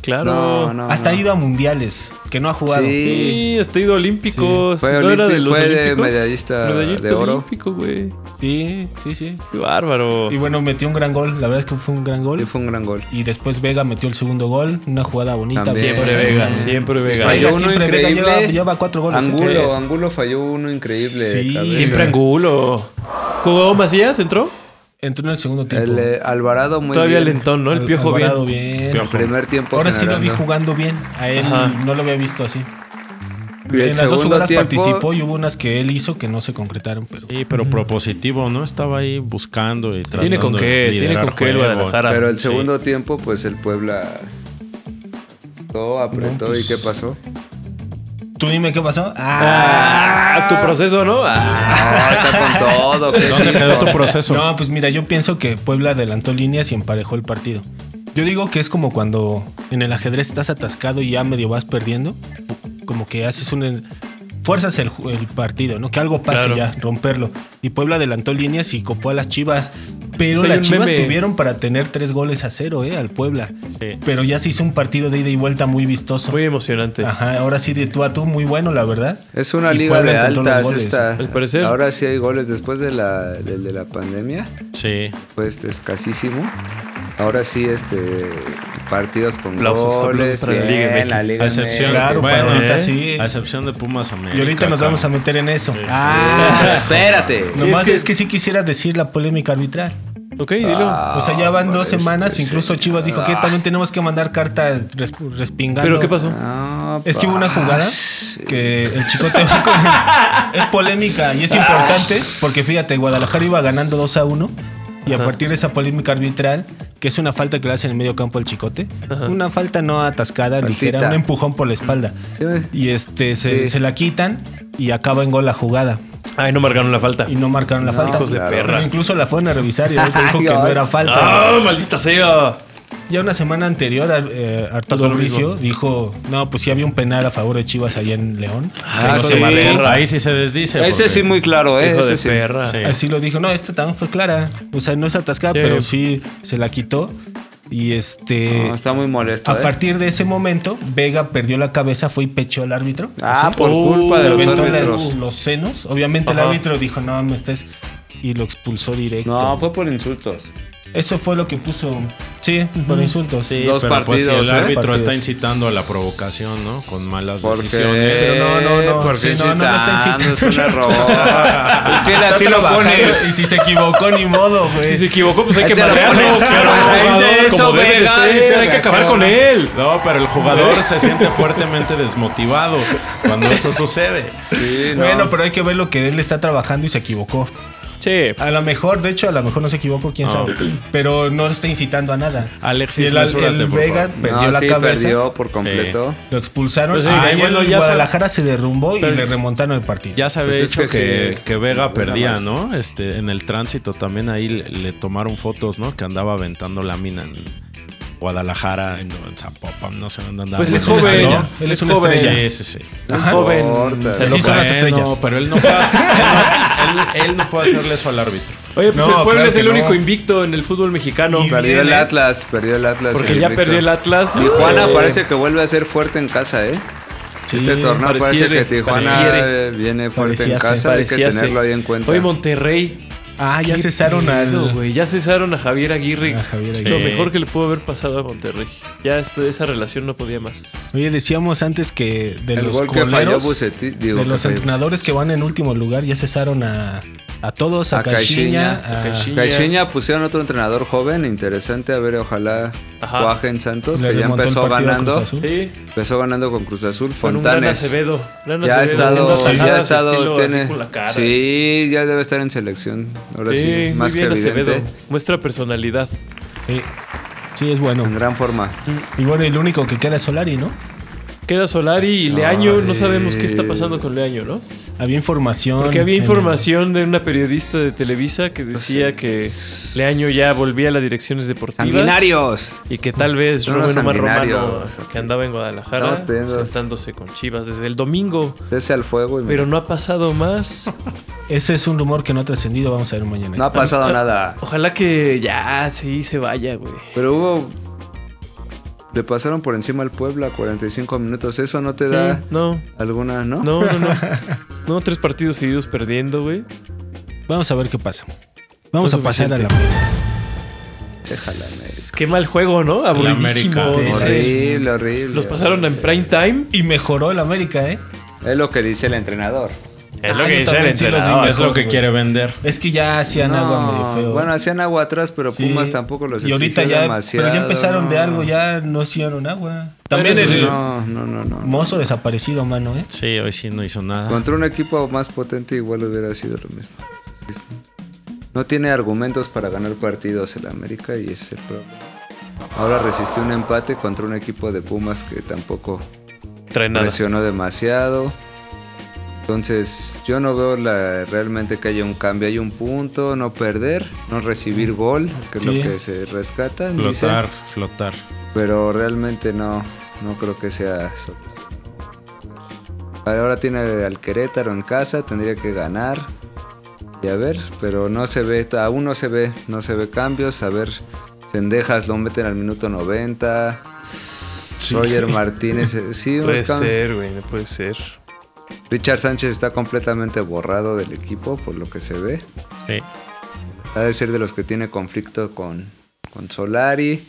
Claro.
No, no,
Hasta ha
no.
ido a mundiales, que no ha jugado.
Sí.
Sí, hasta ha ido a olímpicos.
Sí. Fue
¿No era de
olímpi-
los
fue de
olímpicos?
medallista de oro.
olímpico, güey.
Sí, sí, sí.
Qué bárbaro.
Y bueno, metió un gran gol, la verdad es que fue un gran gol.
Sí, fue un gran gol.
Y después Vega metió el segundo gol, una jugada bonita.
También.
vistosa.
siempre
Sí.
Vega, siempre Vega.
Vega
Falló uno
siempre Vega,
increíble.
lleva- lleva cuatro goles, ¿eh?
Angulo,
Que-
Angulo falló uno increíble. de
Sí.
cabeza.
Siempre Angulo. ¿Jugó Macías? ¿Entró?
Entró en el segundo tiempo.
El eh, Alvarado muy
Todavía
bien.
lentón, ¿no? El
Al-
piojo bien.
Alvarado bien.
Piojo.
Primer tiempo
Ahora sí lo vi
generando.
jugando bien. A él
Ajá.
no lo había visto así.
Y el
en las dos
segundo
jugadas
tiempo-
participó y hubo unas que él hizo que no se concretaron, pero
Sí, pero propositivo, ¿no? Estaba ahí buscando y tratando
Tiene con
de
qué, tiene
liderar
con qué el
juego.
Guadalajara.
Pero el
Sí.
segundo tiempo, pues el Puebla todo apretó y
pues.
qué pasó.
tú dime qué pasó.
Ah, tu proceso, ¿no? Ah,
No, está con todo. qué
¿Dónde
rico.
quedó tu proceso?
No, pues mira, yo pienso que Puebla adelantó líneas y emparejó el partido. Yo digo que es como cuando en el ajedrez estás atascado y ya medio vas perdiendo, como que haces un fuerzas el, ju- el partido, ¿no? Que algo pase
Claro.
ya, romperlo. Y Puebla adelantó líneas y copó a las Chivas, pero
Sí, hay
las
un
Chivas
meme.
tuvieron para tener tres goles a cero, eh, al Puebla.
Sí.
Pero ya se hizo un partido de ida y vuelta muy vistoso.
muy emocionante.
Ajá, ahora sí de tú a tú, muy bueno, la verdad.
Es una
Y
liga
Puebla
de
encontró los
altas
goles.
esta.
al parecer.
Ahora sí hay goles después de la, del de la pandemia.
Sí.
Fue este escasísimo. Ahora sí, este partidos con
Aplausos, aplausos
goles.
para la
bien,
Liga MX.
la Liga
A excepción,
MX.
Claro,
bueno,
para ahorita
¿eh?
sí.
a excepción de Pumas América.
Y ahorita nos vamos a meter en eso.
Ah, espérate.
Nomás
es
es
que-
que, sí quisiera decir la polémica arbitral.
Ok, dilo.
o sea, ya van dos
este
semanas,
sí. Ah.
incluso Chivas dijo que también tenemos que mandar cartas res- respingando.
¿Pero qué pasó?
No,
Es que hubo una
Ah, pa-
jugada que el chico te va con- Es polémica y es
Ah.
importante porque fíjate, Guadalajara iba ganando 2 a 1 y a partir de esa polémica arbitral, que es una falta que le hace en el medio campo al chicote, una falta no atascada, ligera,
Faltita.
un empujón por la espalda.
Sí.
Y este se,
Sí.
se la quitan y acaba en gol la jugada
Ah.
Ay, no marcaron la falta.
y no marcaron la falta.
hijos de
claro.
perra.
Pero incluso la fueron a revisar y el árbitro dijo
Ay,
que no
ay.
era falta.
¡Ah, maldita sea!
Ya una semana anterior, ar- eh,
Pasó
Arturo
lo mismo.
Bricio dijo: No, pues sí había un penal a favor de Chivas allá en León.
Ah,
no
hijo
se
de
vale.
perra.
Ahí sí se desdice.
Ese
porque-
sí muy claro, ¿eh?
Hijo
Ese
de
sí.
perra.
Sí.
Así lo dijo: No, esta también fue clara. O sea, no es atascada,
Sí.
pero sí se la quitó. Y este.
Ah,
No, está muy molesto.
a
¿eh?
partir de ese momento, Vega perdió la cabeza, fue y pechó al árbitro.
Ah,
Así.
por
Uh,
culpa de
Le
los
aventó la-
árbitros.
los senos. Obviamente el
Ajá.
árbitro dijo: No, me estés. Y lo expulsó directo.
No, fue por insultos.
Eso fue lo que puso. Sí, por insultos.
Sí,
Dos
pero pues sí,
partidos,
el
¿eh?
árbitro
Partidos.
está incitando a la provocación, ¿no? Con malas
Porque eh,
decisiones.
Pero no, no, no, sí, no, no lo está incitando.
Es un error. es que él así
Está
lo pone.
trabajando, Y si se equivocó, ni modo, güey.
Si se equivocó, pues hay que
Ese lo
marcarlo.
pone.
Claro,
A raíz
jugador,
de
como
eso,
debe de
Vega,
ser,
ese
Hay que acabar
reacciona.
con él.
No, pero el
¿Eh?
jugador se siente fuertemente desmotivado cuando eso sucede.
Sí, no.
Bueno, pero hay que ver lo que él está trabajando y se equivocó.
Sí.
A lo mejor, de hecho, a lo mejor no se equivoco, quién
Ah.
sabe. Pero no está incitando a nada.
Alexis,
Y el,
mesúrate,
el
por
Vega
favor.
perdió
no,
la
sí,
cabeza.
perdió por completo.
Lo expulsaron.
Pues sí,
Ah,
ahí
y
bueno,
el
ya
Guadalajara se derrumbó y
Pero-
le remontaron el partido.
Ya se había
Pues es
dicho
que
que,
sí,
que Vega
una buena
perdía,
marca.
¿no? Este, en el tránsito también ahí le, le tomaron fotos, ¿no? Que andaba aventando lámina en Guadalajara, en, en Zapopan, no sé dónde andaba. este,
Pues es
Él es
joven.
estrella, él es
Es
una
joven.
estrella.
Sí, sí, sí.
Es
Ajá.
joven.
Corta.
Se
Así
lo
son las
Bueno,
estrellas.
pero él no, puede hacer- él, no- él- él no puede hacerle eso al árbitro.
Oye, pues
No,
el Puebla
claro
es el
que no.
único invicto en el fútbol mexicano.
Y-
Perdió el
Viene-
Atlas, perdió el Atlas.
Porque
el
ya
invicto.
perdió el Atlas.
Tijuana
Eh,
parece que vuelve a ser fuerte en casa, ¿eh?
Sí,
este torneo parece
pareciere,
que Tijuana
pareciere.
eh, viene fuerte en
Pareciase,
casa, hay que
pareciese.
tenerlo ahí en cuenta.
Hoy Monterrey.
Ah, ya
Qué
cesaron
pedo,
al.
güey. Ya cesaron a Javier Aguirre.
A Javier
Es
Aguirre.
Lo
Sí.
mejor que le pudo haber pasado a Monterrey. Ya este- esa relación no podía más.
Oye, decíamos antes que de
el
los
gol que falló
goleros,
Bucetí, digo,
de
que
los
falló
entrenadores que van en último lugar, ya cesaron a, a todos, a,
A Caixinha,
Caixinha, a-
a Caixinha.
Caixinha pusieron otro entrenador joven, interesante, a ver, ojalá
Ajá.
cuaje en Santos,
le
que ya
remontó el
empezó
partido a Cruz
ganando,
Azul.
Sí.
empezó ganando con Cruz Azul,
Con un gran
Fontanes.
Acevedo. Gran
Ya
Acevedo
ha
haciendo
estado, ya ha
atajadas
estado,
estilo
tiene-
así con la cara.
sí, ya debe estar en selección, ahora sí,
Sí,
más
muy
que
bien
evidente,
Acevedo. Muestra personalidad.
Sí. Sí, es bueno.
en gran forma.
Y bueno, el único que queda es Solari, ¿no?
Queda Solari y Leaño. No
Ay.
sabemos qué está pasando con Leaño, ¿no?
Había información.
Porque había
en-
información de una periodista de Televisa que decía que Leaño ya volvía a las direcciones deportivas.
¡Sanguinarios!
Y que tal vez
Son los
Rubén Omar Romano,
sanguinarios.
que andaba en Guadalajara,
Estamos pidiendo-
sentándose con Chivas desde el domingo,
Cese al fuego y
pero no ha pasado más.
Ese es un rumor que no ha trascendido, vamos a ver mañana.
no ha pasado nada.
Ojalá que ya sí se vaya, güey.
Pero hubo. Le pasaron por encima al Puebla 45 minutos. Eso no te da
Sí, No,
alguna, ¿no?
no, no, no. No, tres partidos seguidos perdiendo, güey.
Vamos a ver qué pasa. Vamos
Fue
a pasar a la
suficiente.
Déjala, América.
Qué mal juego, ¿no? Aburridísimo.
América.
ese.
Horrible, horrible.
Los pasaron en prime time.
Y mejoró el América, ¿eh?
Es lo que dice el entrenador.
Es
Ah,
lo
yo
que dice el
también sí los vi
entrenador.
es lo que quiere vender.
Es que ya hacían agua medio feo.
bueno, hacían agua atrás, pero
Sí.
Pumas tampoco los
Y ahorita
exigió
ya.
demasiado,
Pero ya empezaron de
no.
algo, ya no hicieron agua. También
Pero
el
No, no, no, no.
mozo desaparecido, mano, ¿eh?
Sí, hoy sí no hizo nada.
Contra un equipo más potente igual hubiera sido lo mismo. No tiene argumentos para ganar partidos el América y ese es el problema. Ahora resistió un empate contra un equipo de Pumas que tampoco
Trae nada.
presionó demasiado. Entonces yo no veo la- realmente que haya un cambio. Hay un punto, no perder, no recibir gol, que es
Sí.
lo que se rescata. dicen.
Flotar, flotar.
Pero realmente no, no creo que sea solución. Ahora tiene al Querétaro en casa, tendría que ganar. Y a ver, pero no se ve, aún no se ve, no se ve cambios. A ver, Sendejas lo meten al minuto 90. Roger Martínez, eh, sí, unos
Puede
cambios.
ser, güey, no puede ser.
Richard Sánchez está completamente borrado del equipo, por lo que se ve.
Sí.
Ha de ser de los que tiene conflicto con, con Solari.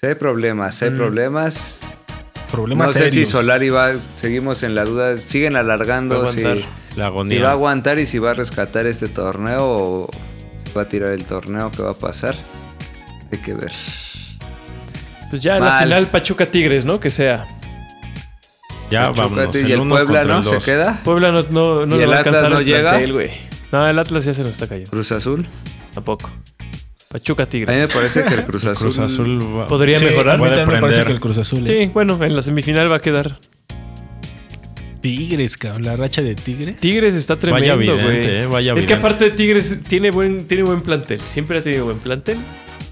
Sí, hay problemas,
Mm.
hay problemas.
Problemas
no sé
serios.
si Solari va, seguimos en la duda, siguen alargando
Va a
si,
aguantar.
La
si va a
agonía.
aguantar y si va a rescatar este torneo o si va a tirar el torneo, qué va a pasar. Hay que ver.
Pues ya la
Mal.
final Pachuca Tigres, ¿no? Que sea.
Ya
Pachuca
vámonos.
y
El
el
uno
Puebla
contra
no
el
se
dos.
queda.
Puebla no, no, no
¿Y
le
el
va a
Atlas
alcanzar
no
el
llega?
plantel, güey. No, el Atlas ya se nos está cayendo.
Cruz Azul.
Tampoco. Pachuca
A mí me
Tigres.
parece que el Cruz Azul,
Cruz Azul va-
¿Podría
Sí,
mejorar?
A mí
Puede
también me parece
prender.
que el Cruz Azul. ¿eh?
Sí, bueno, en la semifinal va a quedar.
Tigres, cabrón. La racha de Tigres.
Tigres está tremendo,
Vaya
güey.
evidente, eh, vaya
es que
evidente.
aparte Tigres tiene buen, tiene buen plantel. Siempre ha tenido buen plantel.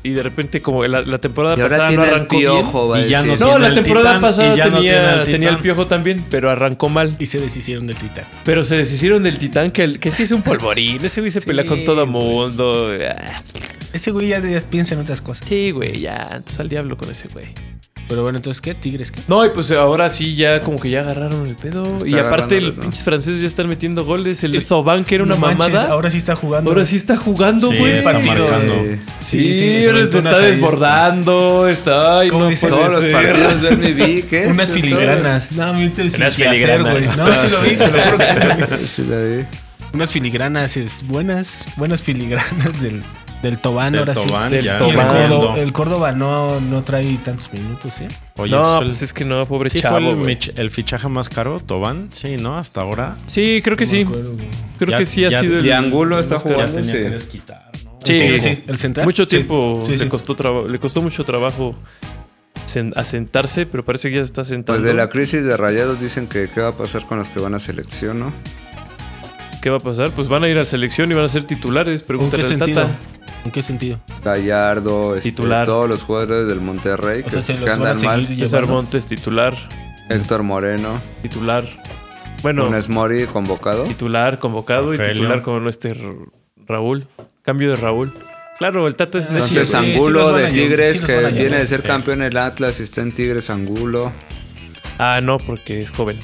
Y de repente, como la, la temporada
Y ahora
pasada no
tiene el
arrancó
piojo, va a
Y ya
decir.
no
No,
Tiene
la
el
temporada
Titán,
pasada
y ya no tiene
tenía,
al
tenía el
Titán.
piojo también, pero arrancó mal.
Y se deshicieron del titán.
Pero se deshicieron del titán, que, el- que sí es un polvorín. Ese güey se pelea con todo mundo. Ah,
Ese güey ya, ya piensa en otras cosas.
Sí, güey, ya. Antes al diablo con ese güey.
Pero bueno, entonces, ¿qué? ¿Tigres qué?
No, y pues ahora sí ya como que ya agarraron el pedo. y aparte
agarrándolo,
los
¿no?
pinches franceses ya están metiendo goles.
Eh,
El de Zoban, que era una
No manches,
mamada. Ahora,
Ahora sí está jugando.
sí está jugando,
Sí,
güey.
está
Partido.
marcando.
Eh,
Sí,
Sí, sí, les
ahora
aventó
te
unas
está
ahí,
desbordando. Está. Ay,
¿Cómo
no
dicen?
puede
todos los
ser.
partidos de MLB, ¿qué es?
Unas
Todo-
filigranas. No, me
Unas filigranas.
güey. No, sí lo vi, te lo juro que sí lo vi.
Sí, la vi.
Unas filigranas, es- buenas, buenas filigranas del Del Tobán
Del
ahora
Tobán,
sí.
Del
ya
Y el,
Tobán.
Córdoba,
viendo.
el Córdoba no, no trae tantos minutos, ¿eh?
Oye,
no,
pues el-
pues es que no, pobre
sí
chavo.
fue el,
güey.
mich- el fichaje más caro, Tobán. Sí, ¿no? Hasta ahora.
Sí, creo que sí. Creo
Ya-
que sí ha
ya-
sido el.
de Angulo está
más caro.
jugando. sí.
desquitar, ¿no?
Sí, sí.
Sí, sí, el central.
Mucho
Sí.
tiempo
Sí,
le,
sí.
Costó traba- le costó mucho trabajo sen- asentarse, pero parece que ya está sentado.
Pues de la crisis de rayados dicen que qué va a pasar con los que van a selección, ¿no?
¿Qué va a pasar? Pues van a ir a selección y van a ser titulares.
¿En qué
Pregúntale al
sentido?
Tata.
¿En qué sentido?
Gallardo, este,
Titular.
todos los jugadores del Monterrey
O
que,
sea, se
que
los van a
andan
seguir
mal.
César
llevando.
Montes, titular.
Héctor Moreno,
Titular. Bueno,
Funes Mori convocado.
titular convocado y
Rogelio.
titular como no este R- Raúl. Cambio de Raúl. Claro, el Tata es
Ah,
necio.
Entonces
sí, sí, sí
Angulo
los van a
de
llevar,
Tigres,
sí los
que
van a
viene
llevar.
de ser
Sí.
campeón en el Atlas, está en Tigres Angulo.
Ah, no, porque es joven.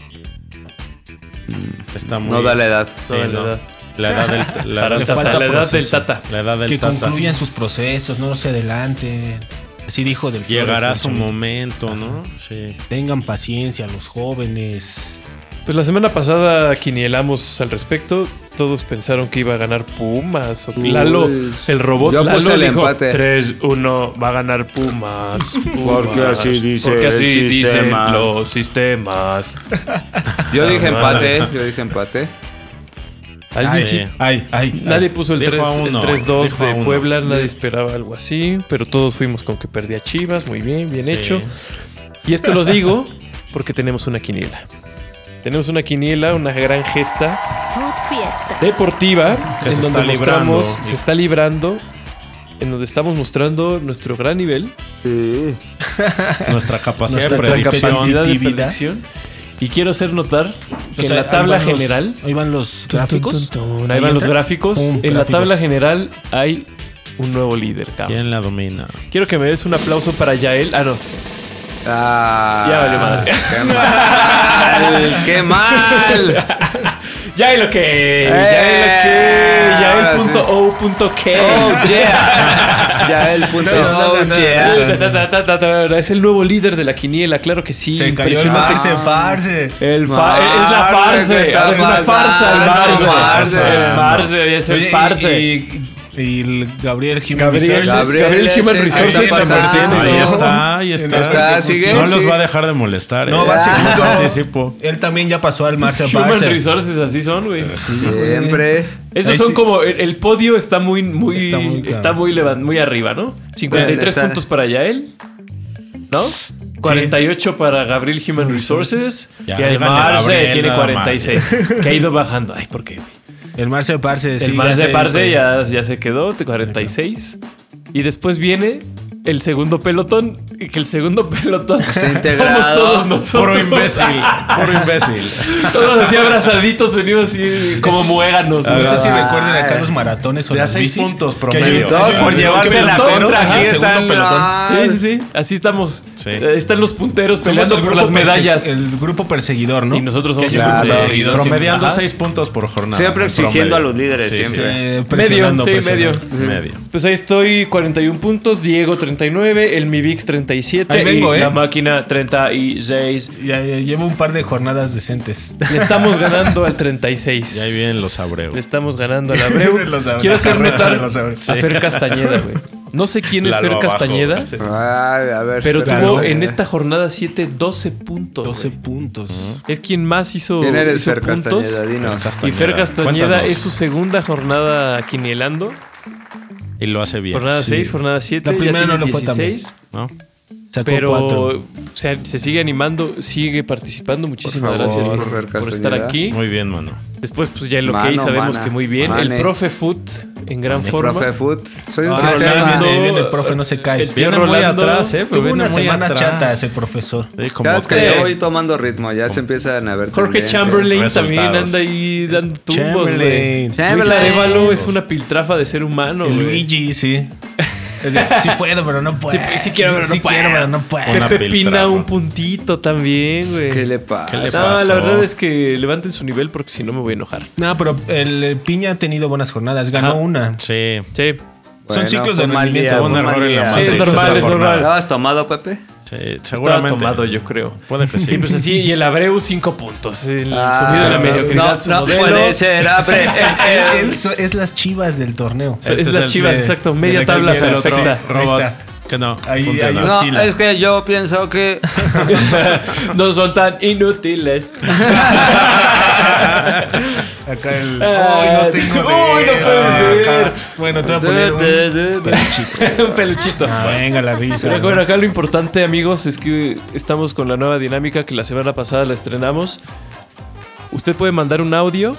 Está muy
No da la edad.
Sí,
No da la
no.
edad.
La edad del la
Para el
le
edad,
Tata,
falta
la edad del
proceso.
Tata.
la edad del
que
Tata.
concluyan sus procesos, no se adelanten. Así dijo del Flores,
Llegará
el
su
chavito.
momento, ¿no? Sí.
Tengan paciencia los jóvenes.
Pues la semana pasada quinielamos al respecto. Todos pensaron que iba a ganar Pumas. o-
Uy.
Lalo, el robot
Yo
Lalo
puse el
dijo
empate.
3-1 va a ganar Pumas. Porque así dice Porque así dicen los sistemas.
Yo dije
Ah,
empate, yo dije empate.
Alguien-
sí.
Ay, ay.
Nadie puso el
Dijo a
3 el
uno,
3-2
dijo a
de
uno.
Puebla, nadie esperaba algo así, pero todos fuimos con que perdía Chivas, muy bien, bien
Sí.
hecho. Y esto lo digo porque tenemos una quiniela. Tenemos una quiniela, una gran gesta.
Food Fiesta.
deportiva
Que
en
se
donde
está
mostramos-
librando.
se está librando en donde estamos mostrando nuestro gran nivel
Nuestra capacidad de
Nuestra
predicción.
capacidad de
Actividad.
predicción y quiero hacer notar que
O sea,
en la
ahí
tabla
van los-
general
ahí van los
Tun,
gráficos.
tun, tun, tun. ahí van los
entra.
gráficos
Pum,
en la
gráficos.
tabla general hay un nuevo líder cabrón.
¿Quién la domina?
quiero que me des un aplauso para Yael ah no
Ah,
Ya valió madre.
Qué mal, qué mal.
Yael ok
Eh, ahora
Yael ok
sí.
Yael.o.k
Oh yeah. Ya el punto.
no,
Oh
no, no.
Ta,
yeah.
ta, ta, ta, ta, ta. Es el nuevo líder de la quiniela, claro que sí.
Se cayó el
impresionante.
Marce Farce.
El fa-
Marce,
es la farce,
está
ahora es una
mal,
farsa el
ah,
Marce.
es Marce.
El Marce, es el
Oye, y-
farce.
Y, y el Gabriel Jiménez.
Gabriel,
Resortes.
Gabriel Human
Sánchez,
Resources
ahí está
desapareciendo.
pasando.
Ahí
no.
está, ahí está.
Está, sigue,
no los
sigue.
va a dejar de molestar.
No,
eh.
va
Ya
segundo.
se anticipó.
Él también ya pasó al Marce
Human
Farce.
Resources así son, güey.
Siempre.
Esos
Ahí
son
sí.
como el, el podio está muy muy está
Está muy
muy,
claro.
levan- muy arriba, ¿no? 53
está-
puntos para Yael, ¿no? 48 para Gabriel Human Resources
Ya,
y el
díganle a
Marce
Gabriel
tiene
nada más. eh.
46, que ha ido bajando. Ay, ¿por qué? güey?
El Marce Farce.
El Marce Parce ya, ya se quedó, 46. Y después viene el segundo pelotón. y Que el segundo pelotón somos
integrado.
todos nosotros.
Puro imbécil, puro imbécil.
Todos así abrazaditos, venimos así como muéganos.
No
güey.
sé si recuerden acá los maratones o
De a
las
seis
bicis.
puntos
que
promedio.
yo-
Todos por
Porque
llevarse
me
la
antoja,
contra.
ajá,
Aquí
segundo
están.
pelotón.
Sí,
las-
sí, sí. Así estamos.
Sí.
Eh, Están los punteros
Ah, Somos
peleando
el
por
grupo
las medallas.
perse- El grupo perseguidor, ¿no?
Y nosotros somos
Claro.
el grupo perseguidor, sí.
Promediando
Ajá.
seis puntos por jornada.
Siempre exigiendo a los líderes,
Sí, sí.
siempre.
Eh,
Medio,
presionando,
sí, medio.
presionando.
Medio.
Pues ahí estoy, 41 puntos, Diego 39, el Mivic 37
Ahí vengo,
y
¿eh?
la máquina 36.
Ya, ya llevo un par de jornadas decentes.
Le estamos ganando al 36.
Y ahí vienen los Abreu.
Le estamos ganando al Abreu.
Los Abreu,
Quiero
la
hacer
carrera
notar
de los Abreu.
a Fer Castañeda, güey. No sé quién es
Lalo
Fer
abajo.
Castañeda,
Ay, a ver.
pero
espérame.
tuvo en esta jornada 7 12 puntos.
12
güey.
puntos.
Es quien más hizo,
¿Quién eres
hizo
Fer Castañeda? Dinos.
Y Fer Castañeda
Cuéntanos.
es su segunda jornada quinielando.
Y lo hace bien.
Jornada
Sí.
6, jornada 7.
La primera
ya tiene
no le fue tan bien.
16.
¿No?
Sacó
Pero
cuatro.
se, se sigue animando, sigue participando. Muchísimas
favor,
gracias por,
Fer
por
Castañeda.
estar aquí.
Muy bien, mano.
Después, pues ya el OK
Mano,
sabemos
mana,
que muy bien.
mane.
El profe Foot en gran forma.
Profe Foot. Soy un
Ah,
Sí,
sistema.
Rolando,
viene, viene el profe, no se cae.
El tío
Viene muy
Rolando.
atrás, ¿eh? Pero
Tuvo
viene
unas
muy
semanas
atrás.
chatas ese profesor.
Sí, como
Cada vez
tres.
que voy tomando ritmo, ya se empiezan a ver.
Jorge
tendencias.
Chamberlain
Resultados.
también anda ahí dando tumbos, güey.
Chamberlain.
Luis
Chamberlain.
Arevalo es una piltrafa de ser humano,
El
güey.
Luigi, sí. Es de, sí puedo, pero no puedo.
Sí, sí quiero, pero no
Sí
puedo.
quiero, pero no puedo.
Una
Pepe Pina
piltrafa.
un puntito también, güey.
¿Qué le pasa?
¿Qué le
No,
pasó?
la verdad es que levanten su nivel porque si no me voy a enojar.
No, pero el eh, Piña ha tenido buenas jornadas. Ganó
Ajá.
una.
Sí.
Sí.
Bueno,
Son ciclos
fue
de
mal
rendimiento.
día,
Hubo un
fue
error
mal
en la
día.
matriz
Sí, es
esa
normal, es
jornada.
normal.
¿Estabas tomado, Pepe?
Sí,
Estaba
seguramente.
tomado, yo creo.
Puede que sí.
Y pues así, y el Abreu cinco puntos. El
Ah,
sumido en la mediocridad.
no,
su
No,
modelo. Este
puede ser, abre. eh, eh,
Él so- es las chivas del torneo.
Es
Este
las
es el
chivas,
de-
exacto. Media
de
tabla
Cristian, el otro
perfecta.
robot.
Ahí
Que no.
Ahí-
funciona.
ahí
No,
Oscila.
es que yo pienso que.
no son tan inútiles.
Acá el.
Ah, uy, no puede
Ah, acá.
ser.
Bueno, te voy a poner un.
Un peluchito.
Ah, venga, la risa.
Pero bueno, acá lo importante, amigos, es que estamos con la nueva dinámica que la semana pasada la estrenamos. Usted puede mandar un audio.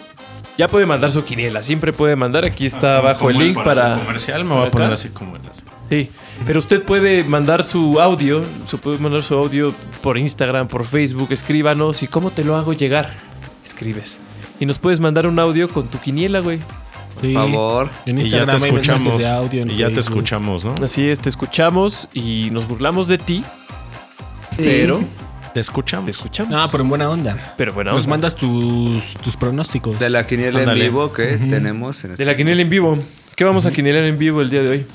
Ya puede mandar su quiniela, siempre puede mandar. Aquí está abajo
Como
el
él
link
parece
para.
comercial me voy a
acá.
poner así como él. así.
Sí, pero usted puede mandar su audio, se puede mandar su audio por Instagram, por Facebook, escríbanos y cómo te lo hago llegar. Escribes. Y nos puedes mandar un audio con tu quiniela, güey.
Sí.
Por favor.
En
Y ya
Instagram
te
hay mensajes
escuchamos.
de audio, en
Y ya te
Facebook.
escuchamos, ¿no?
Así es, te escuchamos y nos burlamos de ti, pero
Te
te
escuchamos.
escuchamos.
No, Ah, pero en buena onda.
pero bueno,
Nos mandas tus, tus pronósticos.
De la quiniela en
Ándale.
vivo que tenemos en
de
este.
la quiniela en vivo. ¿Qué vamos a quinielar en vivo el día de hoy?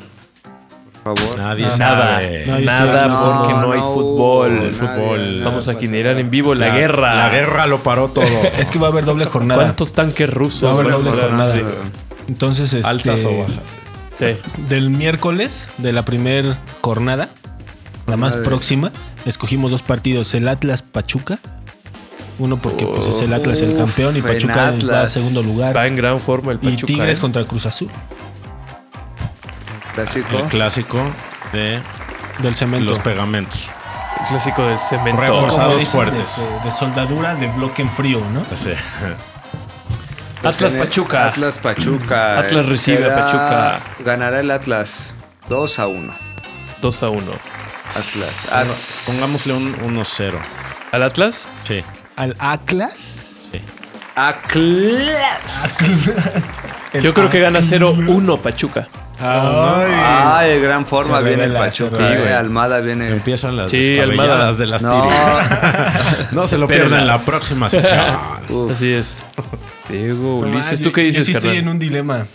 Por favor.
Nadie
Pues Nada, eh,
sabe.
Nadie
nada,
sabe.
No,
porque no, hay
no,
fútbol.
El fútbol.
nadie,
Vamos a
nada
quinielar
pasa.
en vivo la, guerra.
La guerra lo paró todo.
Es que va a haber doble jornada.
¿Cuántos tanques rusos?
Va a haber
van a
doble
entrar?
jornada.
Sí.
Entonces, este,
Altas o bajas.
Sí.
Del miércoles, de la primer jornada, la más
Madre.
próxima, escogimos dos partidos: el Atlas Pachuca. Uno porque pues, es el Atlas el campeón y
Uf,
Pachuca
en
va a
Atlas.
segundo
Va
lugar.
en gran forma el
Y
Pachuca.
Tigres
¿eh?
contra Cruz Azul
Clásico.
El clásico de
del cemento.
los pegamentos.
El clásico del cemento.
Reforzado.
Como
Forzados
dicen,
fuertes.
De, de soldadura de bloque en frío, ¿no?
Así.
Pues
Atlas
en el-
Pachuca.
Atlas Pachuca.
Atlas recibe a Pachuca.
Ganará el Atlas 2 a 1.
2 a 1.
Atlas. Ah,
Pongámosle un 1-0.
¿Al Atlas?
Sí,
Al Atlas.
sí.
Ah,
Atlas.
Yo creo que gana 0-1 Pachuca.
Ah, de gran forma
Se
viene el
revela,
Pachuca.
se revela.
eh. Almada viene.
Empiezan las
Sí, Almada.
descabelladas de las
No.
tiris. No se lo
Espérenlas.
pierdan la próxima sección.
Uf,
Así es. Diego
No
Ulises,
más,
¿tú qué
yo-
dices,
Yo sí estoy
carnal?
en un dilema.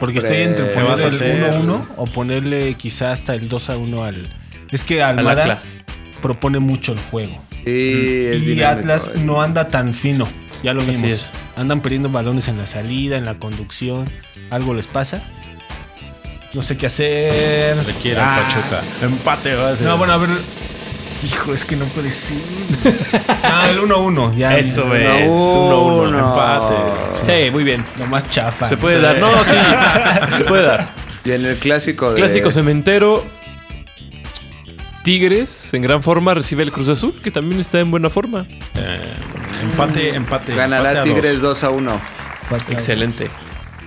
Porque estoy entre
¿Qué
vas
poner
a
el
hacer?
1-1 o ponerle quizá hasta el 2-1 al. Es que Almada
Atlas.
propone mucho el juego.
sí, es
y
dinámico,
Atlas
eh.
no anda tan fino. Ya lo vimos.
Así es.
Andan perdiendo balones en la salida, en la conducción. Algo les pasa. No sé qué hacer.
Le quiero al
Ah,
Pachuca. Empate va a ser.
No, bueno, a ver. Hijo, es que no puede ser. Ah, el 1-1. Ya.
Eso
lo-
es.
Uno,
1-1.
uno.
empate.
Sí, muy bien.
Lo más chafa.
Se puede dar. No, sí. Se puede dar.
Y en el clásico de.
Clásico cementero. Tigres, en gran forma, recibe el Cruz Azul, que también está en buena forma.
Eh, empate, empate. empate
Ganará
a
Tigres
dos.
2 a 1.
Excelente.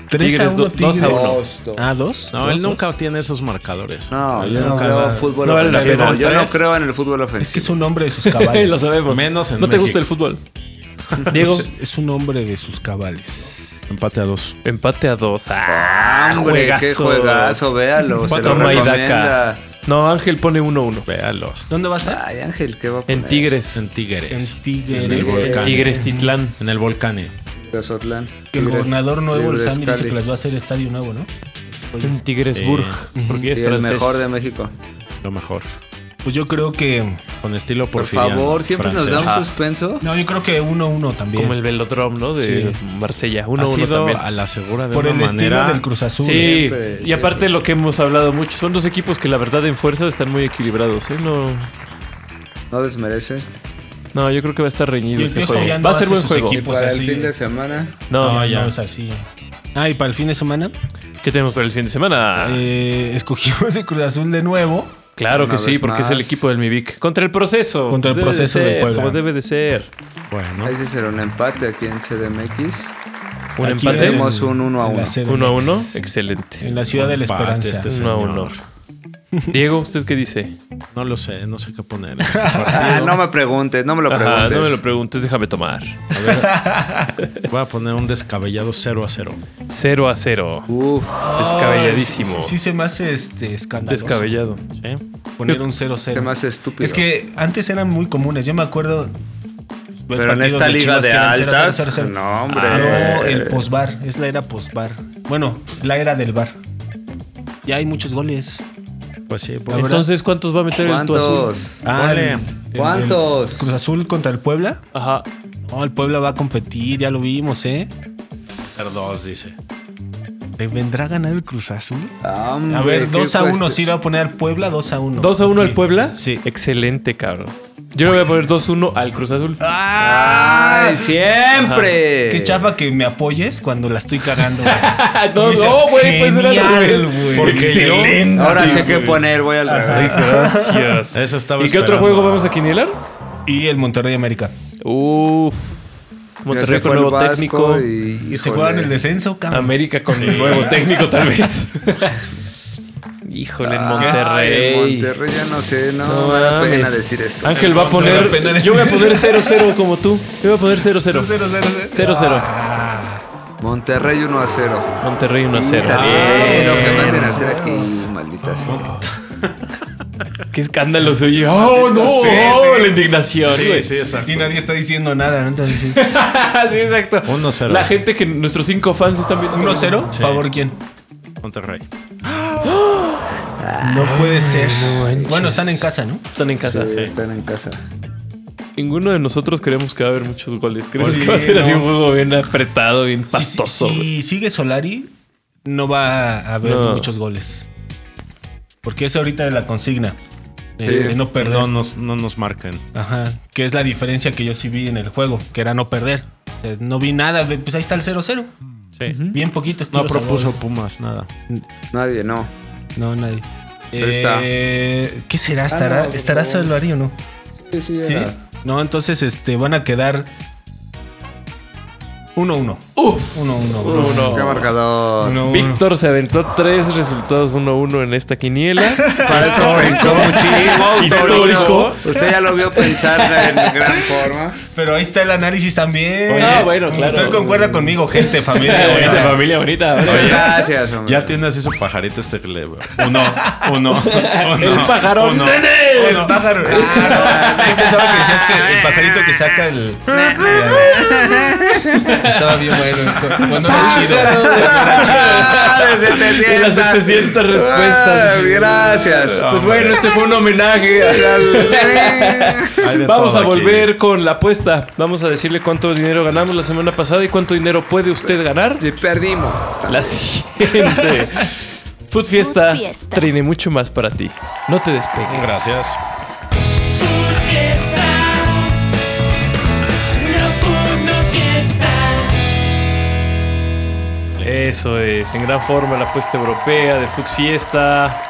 3 a
Tigres,
1
do- dos
Tigres.
a uno.
Ah, 2.
No, él nunca tiene esos marcadores.
No,
Él
yo no
nunca
creo
da-
en fútbol
No vale la
ofensivo.
pena.
Yo no
Tres.
creo en el fútbol
Es que es
ofensivo.
un hombre de sus cabales.
Lo sabemos.
Menos en
¿No te
México.
gusta el fútbol? Diego,
Es un hombre de sus cabales.
Empate a dos.
empate a dos.
Ah,
¡Ah,
hombre, qué juegazo, véalo. Se lo
Toma y daca.
recomienda.
No, Ángel pone 1-1.
Véalos.
¿Dónde vas a?
Ay, Ángel, ¿qué va a poner?
En Tigres.
En Tigres.
En Tigres.
En el volcán.
Tigres Titlán.
En el volcán. eh,
Tezotlán.
Que el
Tigres.
gobernador nuevo, el
Tigres
Sammy, dice
Cali.
que las va a hacer estadio nuevo, ¿no?
En Tigresburg. Porque es
Y el
francés.
mejor de México.
Lo mejor.
Pues yo creo que.
Con estilo
Por
porfiriano.
favor, siempre nos da
francés.
un suspenso.
No, yo creo que 1-1 también.
Como el velodrome, ¿no? De
Sí.
Marsella.
Ha
1-1
sido
también.
a la segura de
Por
una
el
manera.
estilo del Cruz Azul.
Sí,
Siempre,
y
siempre.
aparte lo que hemos hablado mucho, son dos equipos que la verdad en fuerza están muy equilibrados. ¿eh? No,
No desmereces.
no, yo creo que va a estar reñido
Y el
ese
viejo ya
juego.
no
Va a ser
hace
buen
sus
juego.
Y
equipos. Pues
para
así.
el fin de semana.
No,
No,
ya.
ya. No, es así. Ah, y para el fin de semana,
¿qué tenemos para el fin de semana?
eh, escogimos el Cruz Azul de nuevo.
claro que
una
sí,
vez
porque es
más.
el equipo del Mivic. Contra el proceso.
Contra el
debe de
proceso
ser,
del Puebla.
Como debe de ser.
Bueno,
Ahí se será un empate aquí en CDMX.
Un
Aquí
empate.
en-
Tenemos un uno a
en la
uno.
CDMX,
Uno a uno. Excelente.
En la ciudad de la
Empate
Esperanza.
este
Uno a
señor.
uno. Diego, ¿usted qué dice?
no lo sé, no sé qué poner. en ese
Ah,
partido.
no me preguntes, no me lo
Ajá,
preguntes.
no me lo preguntes, déjame tomar.
Voy a poner un descabellado 0 a 0.
0 a 0.
Uf,
Descabelladísimo.
Sí, sí, sí se me hace este, escandaloso
Descabellado.
poner un 0-0.
qué más estúpido.
Es que antes eran muy comunes. Yo me acuerdo. ver
Pero en
partidos
esta liga
Chivas
de
que eran 0-0,
altas.
0-0.
No, hombre.
No, el posbar. Es la era posbar. Bueno, la era del bar. Ya hay muchos goles.
Pues sí,
La verdad.
Entonces, ¿cuántos va a meter el tu azul?
¿Cuántos?
Ah,
Ponle.
el- el- el
¿Cuántos?
Cruz Azul contra el Puebla.
Ajá.
No, el Puebla va a competir, ya lo vimos, ¿eh?
meter dos, dice.
¿Le vendrá a ganar el Cruz Azul?
Hombre,
A ver,
qué
2 a 1,
cuesta-
sí le va a poner al Puebla 2 a 1.
2 a 1
Ok.
al Puebla.
Sí.
Excelente, cabrón. Yo le voy a poner 2 a 1 al Cruz Azul.
¡Ay, siempre!
Ah, Qué chafa que me apoyes cuando la estoy cagando. güey.
no,
Dice,
no, güey, pues era al
genial,
revés.
güey.
Porque yo-
Ahora sé qué poner, voy al revés.
Gracias.
Eso estaba
¿Y qué otro
esperando.
juego vamos a quinilar?
Y el Monterrey América.
Uf.
Ya
Monterrey con
se fue el
nuevo
Vasco
técnico.
Y,
Y se
híjole.
juegan el descenso, cabrón.
América con nuevo técnico, tal vez. Híjole, en
Ay,
Monterrey.
el Monterrey, ya no sé, no,
No
me da pena
mames.
decir esto.
Ángel va a
No
poner.
da pena
yo
decir-
voy a poner 0-0 como tú. Yo voy a poner 0-0.
0 0
0-0.
Monterrey 1 a 0.
Monterrey 1-0.
Lo que me hacen
Bien.
hacer aquí, maldita sea.
Qué escándalo se oye. ¡Oh, no!
Sí,
oh,
sí.
La indignación.
Sí,
güey.
sí, exacto.
Y nadie está diciendo nada, ¿no? Entonces, sí.
sí, exacto.
1-0.
La gente que nuestros cinco fans están viendo.
1-0, favor quién.
Monterrey.
No puede ser.
no manches.
bueno, están en casa, ¿no?
Están en casa.
Sí, Están en casa.
Ninguno de nosotros creemos que va a haber muchos goles. ¿Crees
Sí,
que va a ser así
no.
un juego bien apretado, bien
Si-
pastoso?
si,
güey?
sigue Solari, no va a haber
No.
muchos goles. Porque es ahorita la consigna. Este, no perder.
No nos, no nos marquen.
Ajá. Que es la diferencia que yo sí vi en el juego, que era no perder. O sea, no vi nada. de- pues ahí está el 0-0.
Sí.
Bien poquitos
No
tiros a
propuso
goles.
Pumas nada.
Nadie, no.
No, nadie.
Pero está.
Eh, ¿Qué será? ¿Estará,
Ah, no,
¿estará
por favor.
Solari o no?
Sí, sí,
Sí. No, entonces este, van a quedar 1-1.
Uf.
1-1. bro.
Uno.
Qué marcador.
Uno, uno.
Víctor se aventó tres resultados 1-1 en esta quiniela.
Para eso pensó muchísimo.
Histórico.
Usted ya lo vio pensar en gran forma.
Pero ahí está el análisis también.
Oye, Ah, bueno, claro.
Usted concuerda conmigo, gente, familia.
bonita
bonita.
familia, bonita.
Muchas gracias, hombre.
Ya tiene así su pajarito este que le Uno, uno, uno.
El pajarón.
uno.
¡Nene!
el pájaro. Ah, no. Yo pensaba que decías que el pajarito que saca el. Estaba bien bueno. Bueno, no chido.
Ah, de 700.
De las 700 respuestas.
Ah, gracias.
Pues bueno, este fue un homenaje.
Hay de
Vamos
todo
a
aquí.
volver con la apuesta. Vamos a decirle cuánto dinero ganamos la semana pasada y cuánto dinero puede usted ganar.
Y perdimos. Está-
La siguiente. Food Fiesta,
Food Fiesta.
tiene mucho más para ti. No te despegues.
Gracias.
Food Fiesta. No Food, no Fiesta.
Eso es, en gran forma la apuesta europea de Food Fiesta.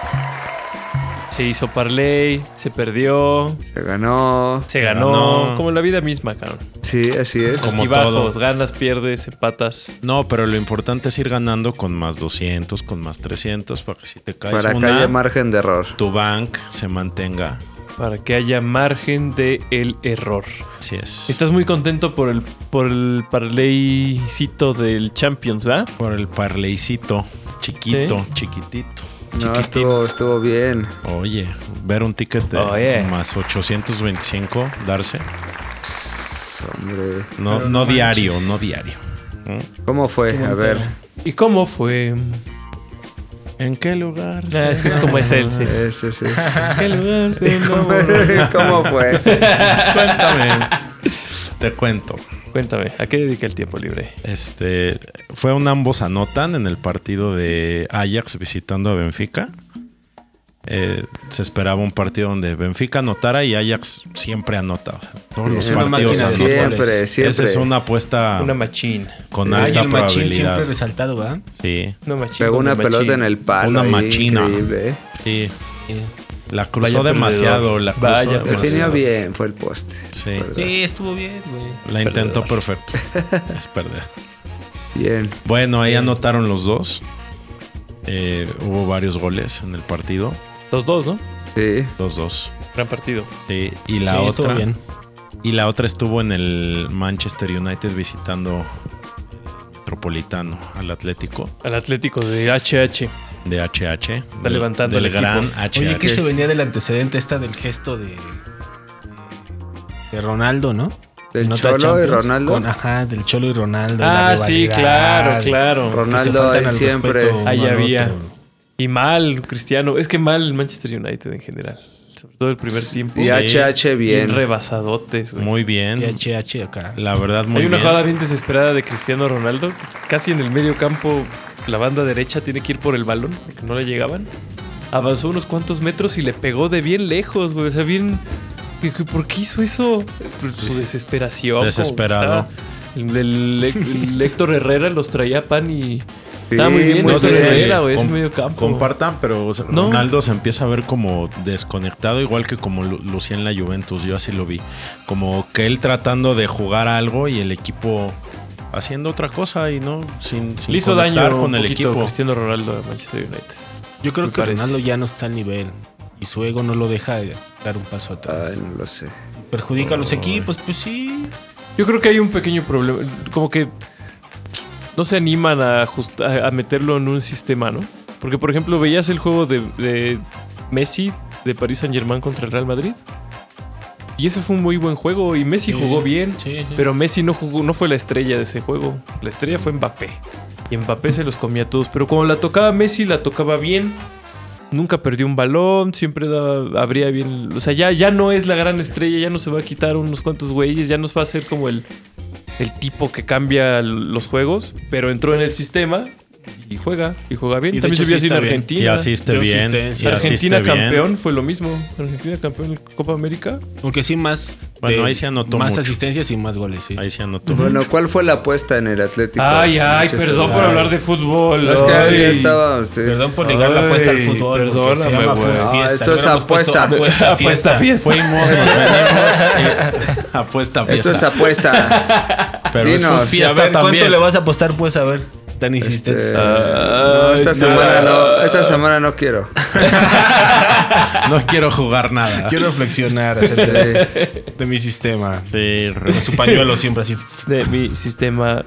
Se hizo parlay, se perdió,
Se ganó.
se ganó,
ganó.
como en la vida misma, cabrón.
Sí, así es.
Como
y bajos,
todo.
ganas, pierdes, empatas.
No, pero lo importante es ir ganando con más 200, con más 300, para que si te caes
Para que
una,
haya margen de error.
tu bank se mantenga.
para que haya margen de el error.
Así es.
Estás muy contento por el por el parleycito del Champions, ¿verdad?
por el parleycito. Chiquito, chiquitito.
No, estuvo, estuvo bien.
Oye, ver un ticket de
Oye.
más 825, darse.
Hombre.
No, no diario, no diario.
¿Cómo fue? A ver.
¿Y cómo fue?
¿En qué lugar?
Ah, es que es como es él, sí.
Ese, sí.
¿Qué lugar se
¿Cómo,
enamoró?
cómo fue?
Cuéntame. Te cuento.
Cuéntame, ¿a qué dedica el tiempo libre?
Este fue un ambos anotan en el partido de Ajax visitando a Benfica. Eh, se esperaba un partido donde Benfica anotara y Ajax siempre anota. o sea, todos los
Es una
partidos
máquina,
anotan.
siempre, siempre.
Esa es una apuesta
Ah.
Una machín.
con
Ay,
alta
el machín siempre
probabilidad.
resaltado, ¿verdad?
Sí,
Una machín.
Pegó
con
una
machín.
pelota en el palo.
Una
ahí,
machina.
increíble, ¿eh?
sí.
Sí.
La cruzó
Vaya
demasiado.
perdedor.
La cruzó
Vaya
demasiado.
Definió bien, fue el poste.
Sí.
¿verdad?
Sí, estuvo bien, güey.
La intentó perfecto. Es perder.
Bien.
Bueno, ahí anotaron los dos. Eh, hubo varios goles en el partido.
Los dos, ¿no?
Sí.
Los dos.
Gran partido.
Sí, y la
Sí, estuvo
otra.
bien.
Y la otra estuvo en el Manchester United visitando el Metropolitano al Atlético
Al Atlético de HH.
de HH. Está
levantando
del
el equipo.
gran HH.
Oye, que se
es-
venía del antecedente esta del gesto de. De Ronaldo, ¿no?
Del
En otra
Cholo y
Champions,
Ronaldo.
con- ajá, del Cholo y Ronaldo. la
Ah, sí,
rivalidad,
claro,
que se
claro.
Ronaldo
faltan
ahí
al
siempre.
respeto
Ahí
uno al
había.
otro.
Y mal, Cristiano. Es que mal el Manchester United en general. Sobre todo el primer tiempo.
Y
Sí.
HH
bien
bien.
rebasadotes, güey.
Muy bien.
HH acá.
La verdad, muy
Hay una
bien.
jugada bien desesperada de Cristiano Ronaldo. Casi en el medio campo, la banda derecha tiene que ir por el balón porque no le llegaban. Avanzó unos cuantos metros y le pegó de bien lejos, güey. O sea, bien. ¿Por qué hizo eso? Por Su desesperación. como
Desesperado.
que estaba- El, el- el Héctor Herrera los traía pan y.
Sí,
estaba muy bien.
muy
Héctor
bien.
Herrera, güey.
com-
ese medio campo.
Compartan, pero o sea,
No.
Ronaldo se empieza a ver como desconectado, igual que como lu- lucía en la Juventus. Yo así lo vi. Como que él tratando de jugar algo y el equipo haciendo otra cosa y no sin, sin
Le hizo
conectar
daño
con
un
el
poquito
equipo.
Cristiano Ronaldo a Manchester United.
Yo creo
Me
que
parece.
Ronaldo ya no está al nivel y su ego no lo deja de dar un paso atrás.
Ay, no lo sé.
Perjudica a los
Ay.
equipos, pues sí.
Yo creo que hay un pequeño problema. Como que no se animan a, ajust- a- a meterlo en un sistema, ¿no? Porque, por ejemplo, veías el juego de, de Messi de París Saint Germain contra el Real Madrid. Y ese fue un muy buen juego. Y Messi jugó bien.
Sí, sí.
Pero Messi no jugó, no fue la estrella de ese juego. La estrella fue Mbappé. Y Mbappé se los comía a todos. Pero cuando la tocaba Messi, la tocaba bien. Nunca perdió un balón, siempre daba- abría bien. O sea, ya, ya no es la gran estrella, ya no se va a quitar unos cuantos güeyes, ya nos va a hacer como el, el tipo que cambia l- los juegos, pero entró en el sistema y juega, y juega bien.
Y de
También
hecho
se vio
sí
así en
está bien.
Argentina.
Y asiste
Dio
bien.
asistencia.
Y asiste
Argentina
bien.
campeón fue lo mismo. Argentina campeón en Copa América.
Aunque sí más.
Bueno, ahí se anotó
Más
mucho.
asistencias y más goles, sí.
Ahí se anotó.
Bueno, ¿cuál fue la apuesta en el Atlético?
Ay, ay,
Manchester
perdón por
United?
hablar de fútbol.
Es que ahí
Ay.
estaba. sí.
Perdón por negar la apuesta al
Ay,
fútbol. porque
perdóname,
se llama
güey.
fútbol fiesta.
Ah, esto
Le
es
hubiéramos puesto
apuesta.
Apuesta, fiesta.
Apuesta, fiesta.
Fuimos, nos venimos, eh, apuesta
Esto
fiesta.
es apuesta.
pero es
dinos.
un
Y a
fiesta
ver, ¿cuánto
también.
le vas a apostar, pues? A ver, tan
Este,
insistente.
no, esta, semana no, esta semana no quiero.
No quiero jugar nada.
Quiero reflexionar acerca de, de mi sistema.
Sí, re-
Con su pañuelo siempre así.
de mi sistema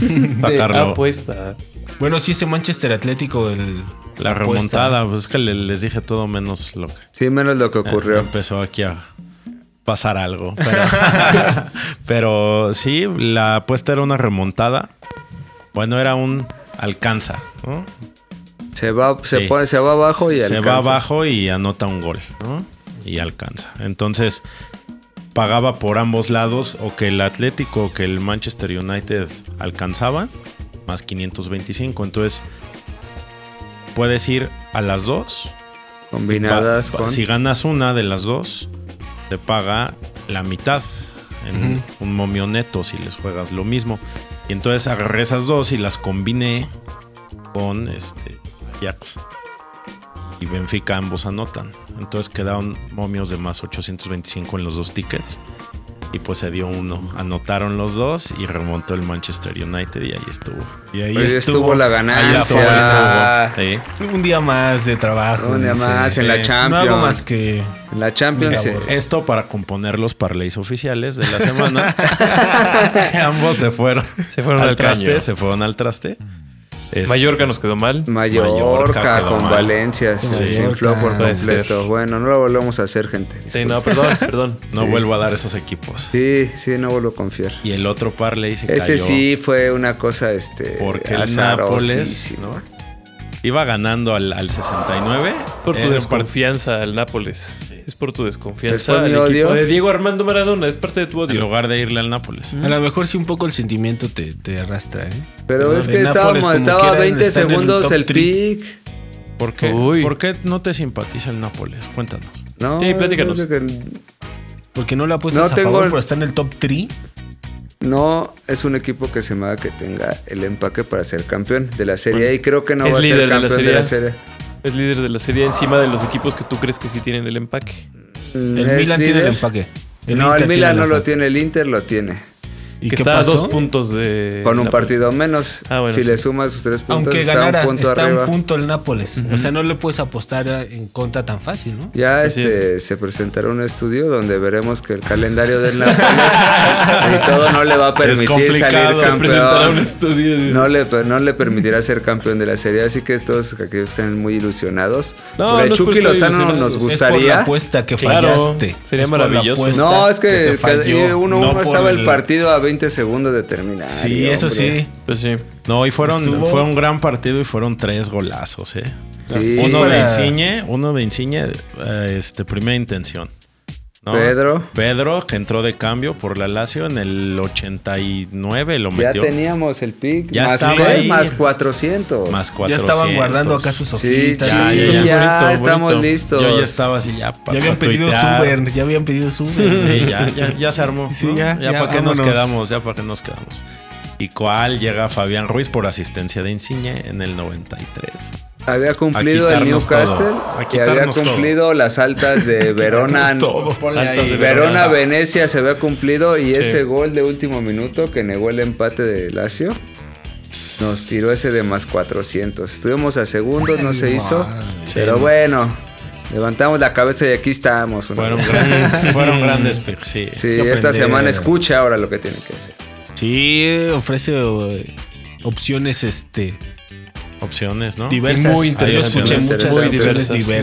de
Sacarlo.
apuesta.
Bueno, sí, ese Manchester Atlético, el,
La
apuesta.
remontada, pues es que le- les dije todo menos lo que
Sí, menos lo que
eh,
ocurrió.
empezó aquí a pasar algo. Pero, pero sí, la apuesta era una remontada. Bueno, era un alcanza. ¿no?
Se va, se
Sí.
pone- se va abajo y
se
alcanza.
va abajo y anota un gol, ¿no? Y alcanza. Entonces, pagaba por ambos lados o que el Atlético o que el Manchester United alcanzaban, más 525. Entonces, puedes ir a las dos.
Combinadas
Pa-
con.
Si ganas una de las dos, te paga la mitad en un momio neto si les juegas lo mismo. Y entonces agarré esas dos y las combiné con este Ajax. Y Benfica ambos anotan. Entonces quedaron momios de más 825 en los dos tickets. Y pues se dio uno. Anotaron los dos y remontó el Manchester United y ahí estuvo.
Y ahí
Ahí estuvo, la
Ah,
Ahí estuvo el
ganancia.
juego. Sí.
Un día más de trabajo.
Un día
dice.
más en la
sí.
No
Champions.
hago más que.
En la Champions.
Mira,
eh,
Esto para componer los parlays oficiales de la semana. Que ambos se fueron.
Se fueron al
traste,
caño.
se fueron al traste. Es-
Mallorca nos quedó mal.
Mallorca
Mallorca
quedó
con
mal.
Valencia se
Sí.
se infló por
Puede
completo.
ser.
Bueno, no lo volvemos a hacer, gente.
Sí, no, perdón, perdón.
No
Sí.
vuelvo a dar esos equipos.
Sí, sí, no vuelvo a confiar.
Y el otro parlay se
Ese
cayó
sí fue una cosa, este.
porque el Nápoles
azarosísima.
¿no? iba ganando al, al 69.
Por tu
Era un
desconfianza al Nápoles. Es por tu
Pues fue
desconfianza
mi
al equipo
odio.
de Diego Armando Maradona. Es parte de tu
par- En
odio.
lugar de irle al
Mm.
Nápoles.
A lo mejor sí un poco el sentimiento te, te arrastra, ¿eh?
Pero
Lo
es
de
que
Nápoles,
estábamos,
como
estaba a
quiera,
20
está en el
segundos
top
el
three.
pick.
¿Por qué?
Uy.
¿Por qué no te simpatiza el Nápoles? Cuéntanos.
No,
Sí, platícanos.
es que
Porque no la apuestas
No
a
tengo
favor,
el-
pero está en el top 3.
No es un equipo que se me haga que tenga el empaque para ser campeón de la serie. A y creo que no
Es
va a ser
líder de la
campeón de la,
Serie A.
serie.
Es líder de la serie encima de los equipos que tú crees que sí tienen el empaque.
Mm,
El
¿es
Milan tiene
líder?
el empaque.
no,
Inter
el Milan
el
no lo
empaque.
tiene, el Inter lo tiene.
¿Y
que
qué
está
pasó?
a dos puntos de.
Con un
Nápoles.
partido menos.
Ah, bueno,
si
sí.
le sumas sus tres puntos,
Aunque
está
ganara,
un punto
está
arriba.
un punto el Nápoles. O sea, no le puedes apostar a- en contra tan fácil, ¿no?
Ya
Así
este, se presentará un estudio donde veremos que el calendario del Nápoles y todo no le va a permitir salir
complicado,
Se presentará un
campeón.
estudio. de-
No le, no le permitirá ser campeón de la serie, así que todos aquí están muy ilusionados.
No,
Por el
no es por
Chucky
estar
Lozano
ilusionados,
nos
es por
Es por la
gustaría.
apuesta que
Claro,
fallaste.
sería
Es por la
maravilloso.
apuesta
No, es
se
que
falló,
1-1
no por
estaba el partido a 20 segundos de terminar.
Sí, eso
hombre.
sí.
Pues sí.
No, y fueron,
Estuvo-
fue un gran partido y fueron tres golazos, ¿eh?
Sí,
uno, de
para-
Insigne, uno de Insigne, eh, este, primera intención. ¿no?
Pedro.
Pedro, que entró de cambio por la Lazio en el 89, lo
Ya
metió.
teníamos el pick.
Ya
más
estaba
gol,
ahí.
más 400.
Más 400.
Ya estaban guardando acá sus
sí,
hojitas.
Ya,
ya,
así.
ya, ya.
ya
Bonito,
estamos
bonito.
listos.
Yo ya estaba así, ya
Ya
para
habían pedido su Uber, ya habían pedido su Uber.
Sí, ya, ya, ya se armó.
Sí,
¿no?
ya, ya,
para qué nos
vámonos.
quedamos, ya para qué nos quedamos. Y cuál llega Fabián Ruiz por asistencia de Insigne en el 93.
Había cumplido
A
el
quitarnos
Newcastle
todo. A
y había
quitarnos todo.
cumplido las altas de Verona.
Altas de
Verona,
Verona.
Venecia se había cumplido y ese gol de último minuto que negó el empate de Lazio nos tiró ese de más 400. Estuvimos a segundos, no se hizo, pero bueno, levantamos la cabeza y aquí estamos. una
Fueron,
vez.
gran- fueron grandes picks, sí.
Sí,
Hay que
esta
aprender.
semana escucha ahora lo que tiene que hacer.
Sí, ofrece eh, opciones este
Opciones, ¿no?
diversas.
muy interesante.
Yo escuché
Interesante.
muchas
Muy
opciones
diversas, muy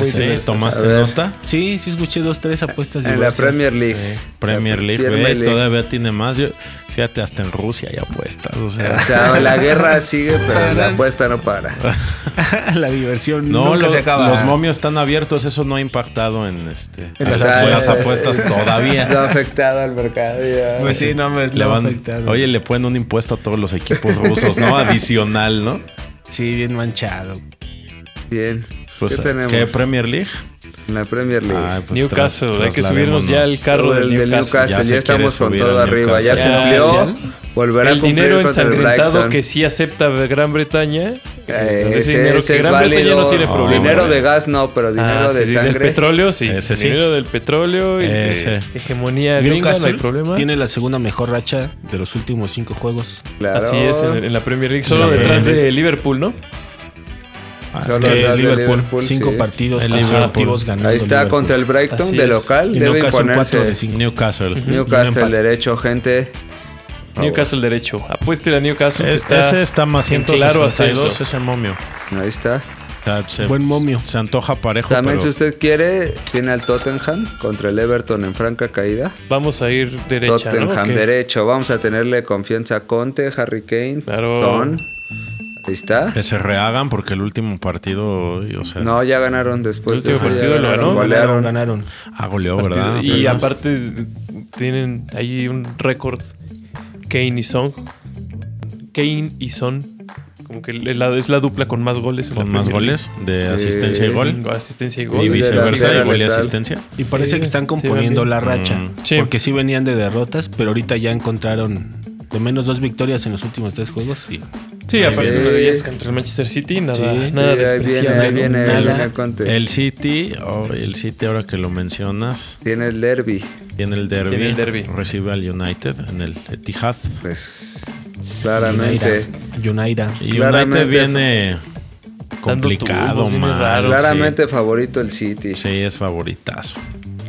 Sí,
diversas.
A
tomaste
ver.
nota.
Sí, sí escuché dos, tres apuestas
En la
diversas.
Premier League.
Premier
La
League,
Premier
güey,
League.
todavía tiene más. Yo- fíjate, hasta en Rusia hay apuestas. O sea,
O sea, la guerra sigue, pero la apuesta no para.
la diversión
no,
nunca
lo-
se acaba.
los momios están abiertos. Eso no ha impactado en, este,
En
las,
las
las
apuestas.
apuestas todavía.
No ha afectado al mercado. ya.
Pues sí, no me
Le
no
van-
afectaron.
oye, le ponen un impuesto a todos los equipos rusos, ¿no? Adicional, ¿no?
Sí, bien manchado.
Bien.
Pues,
¿Qué tenemos?
¿Qué Premier League?
En la Premier League.
Ah, pues,
Newcastle,
tras-
hay que
traslavémonos.
subirnos ya al carro del
del
Newcastle.
Newcastle.
Ya
Ya,
se
estamos
quiere
con
subir
todo
al
arriba. Ya se
Newcastle.
amplió. Volverá
El
a cumplir
dinero
contra el
ensangrentado
Brighton.
que sí acepta Gran Bretaña.
Eh,
ese
ese,
dinero
ese
que
es
Gran Bretaña
válido. Ah,
no tiene problema.
Dinero
güey.
de gas no, pero dinero
Ah,
de
sí, Del
sangre.
petróleo, sí.
Ese sí.
Dinero del petróleo y de
Ese.
hegemonía gringa, no hay
Newcastle
problema.
Tiene la segunda mejor racha de los últimos cinco juegos.
Claro.
Así es, en, en la Premier League.
Sí,
Solo
la
detrás
Premier
de Liverpool, ¿no?
Ah, es que-
Solo el
Que
de
Liverpool,
Liverpool,
cinco
sí.
partidos
El
consecutivos
Liverpool.
ganando.
Ahí está contra el Brighton
Así
de
es.
local.
Y
Debe
Newcastle, cuatro de
imponerse.
cinco.
Newcastle.
Newcastle
Un empate.
derecho, gente.
Newcastle derecho. Apueste a Newcastle. que
Este- ese está más
en
162,
claro ascenso.
ese momio.
Ahí está.
O sea, Ah, se-
Buen momio.
Se antoja parejo,
También
pero
si usted quiere, tiene al Tottenham contra el Everton en franca caída.
Vamos a ir derecha, ¿no?
Tottenham
Ok.
derecho. Vamos a tenerle confianza a Conte, Harry Kane,
Claro.
Son. Ahí está.
que se rehagan porque el último partido, o sea,
No, ya ganaron después.
El último
de eso, ya
partido lo
ganaron,
ganó,
golearon.
Ganaron, ganaron.
ah, goleó, ¿verdad?
Y
Apenas.
aparte es- tienen ahí un récord Kane y Son. Kane y Son. Como que la- es la dupla con más goles. en
con
la
más
Premier
goles de asistencia y gol.
League. Asistencia y gol.
Y
de la
viceversa,
primera
y gol y
letal.
asistencia.
Y parece
Sí,
que están
sí,
componiendo
van bien.
la racha.
Mm.
Sí.
Porque sí venían de derrotas, pero ahorita ya encontraron de menos dos victorias en los últimos tres juegos. Y
Sí, aparte
Sí.
una de ellas contra el Manchester City, nada,
Sí.
nada
Sí, ahí viene,
despreciable.
ahí viene, ahí
nada.
viene Conte.
El City, oh, el City ahora que lo mencionas,
Tiene el derby.
tiene el derby.
Tiene el derbi.
Recibe al United en el Etihad.
Pues claramente.
Yunaira.
Y
Claramente.
United viene complicado,
tubos, viene
man.
raro,
Claramente favorito el City.
Sí, es favoritazo,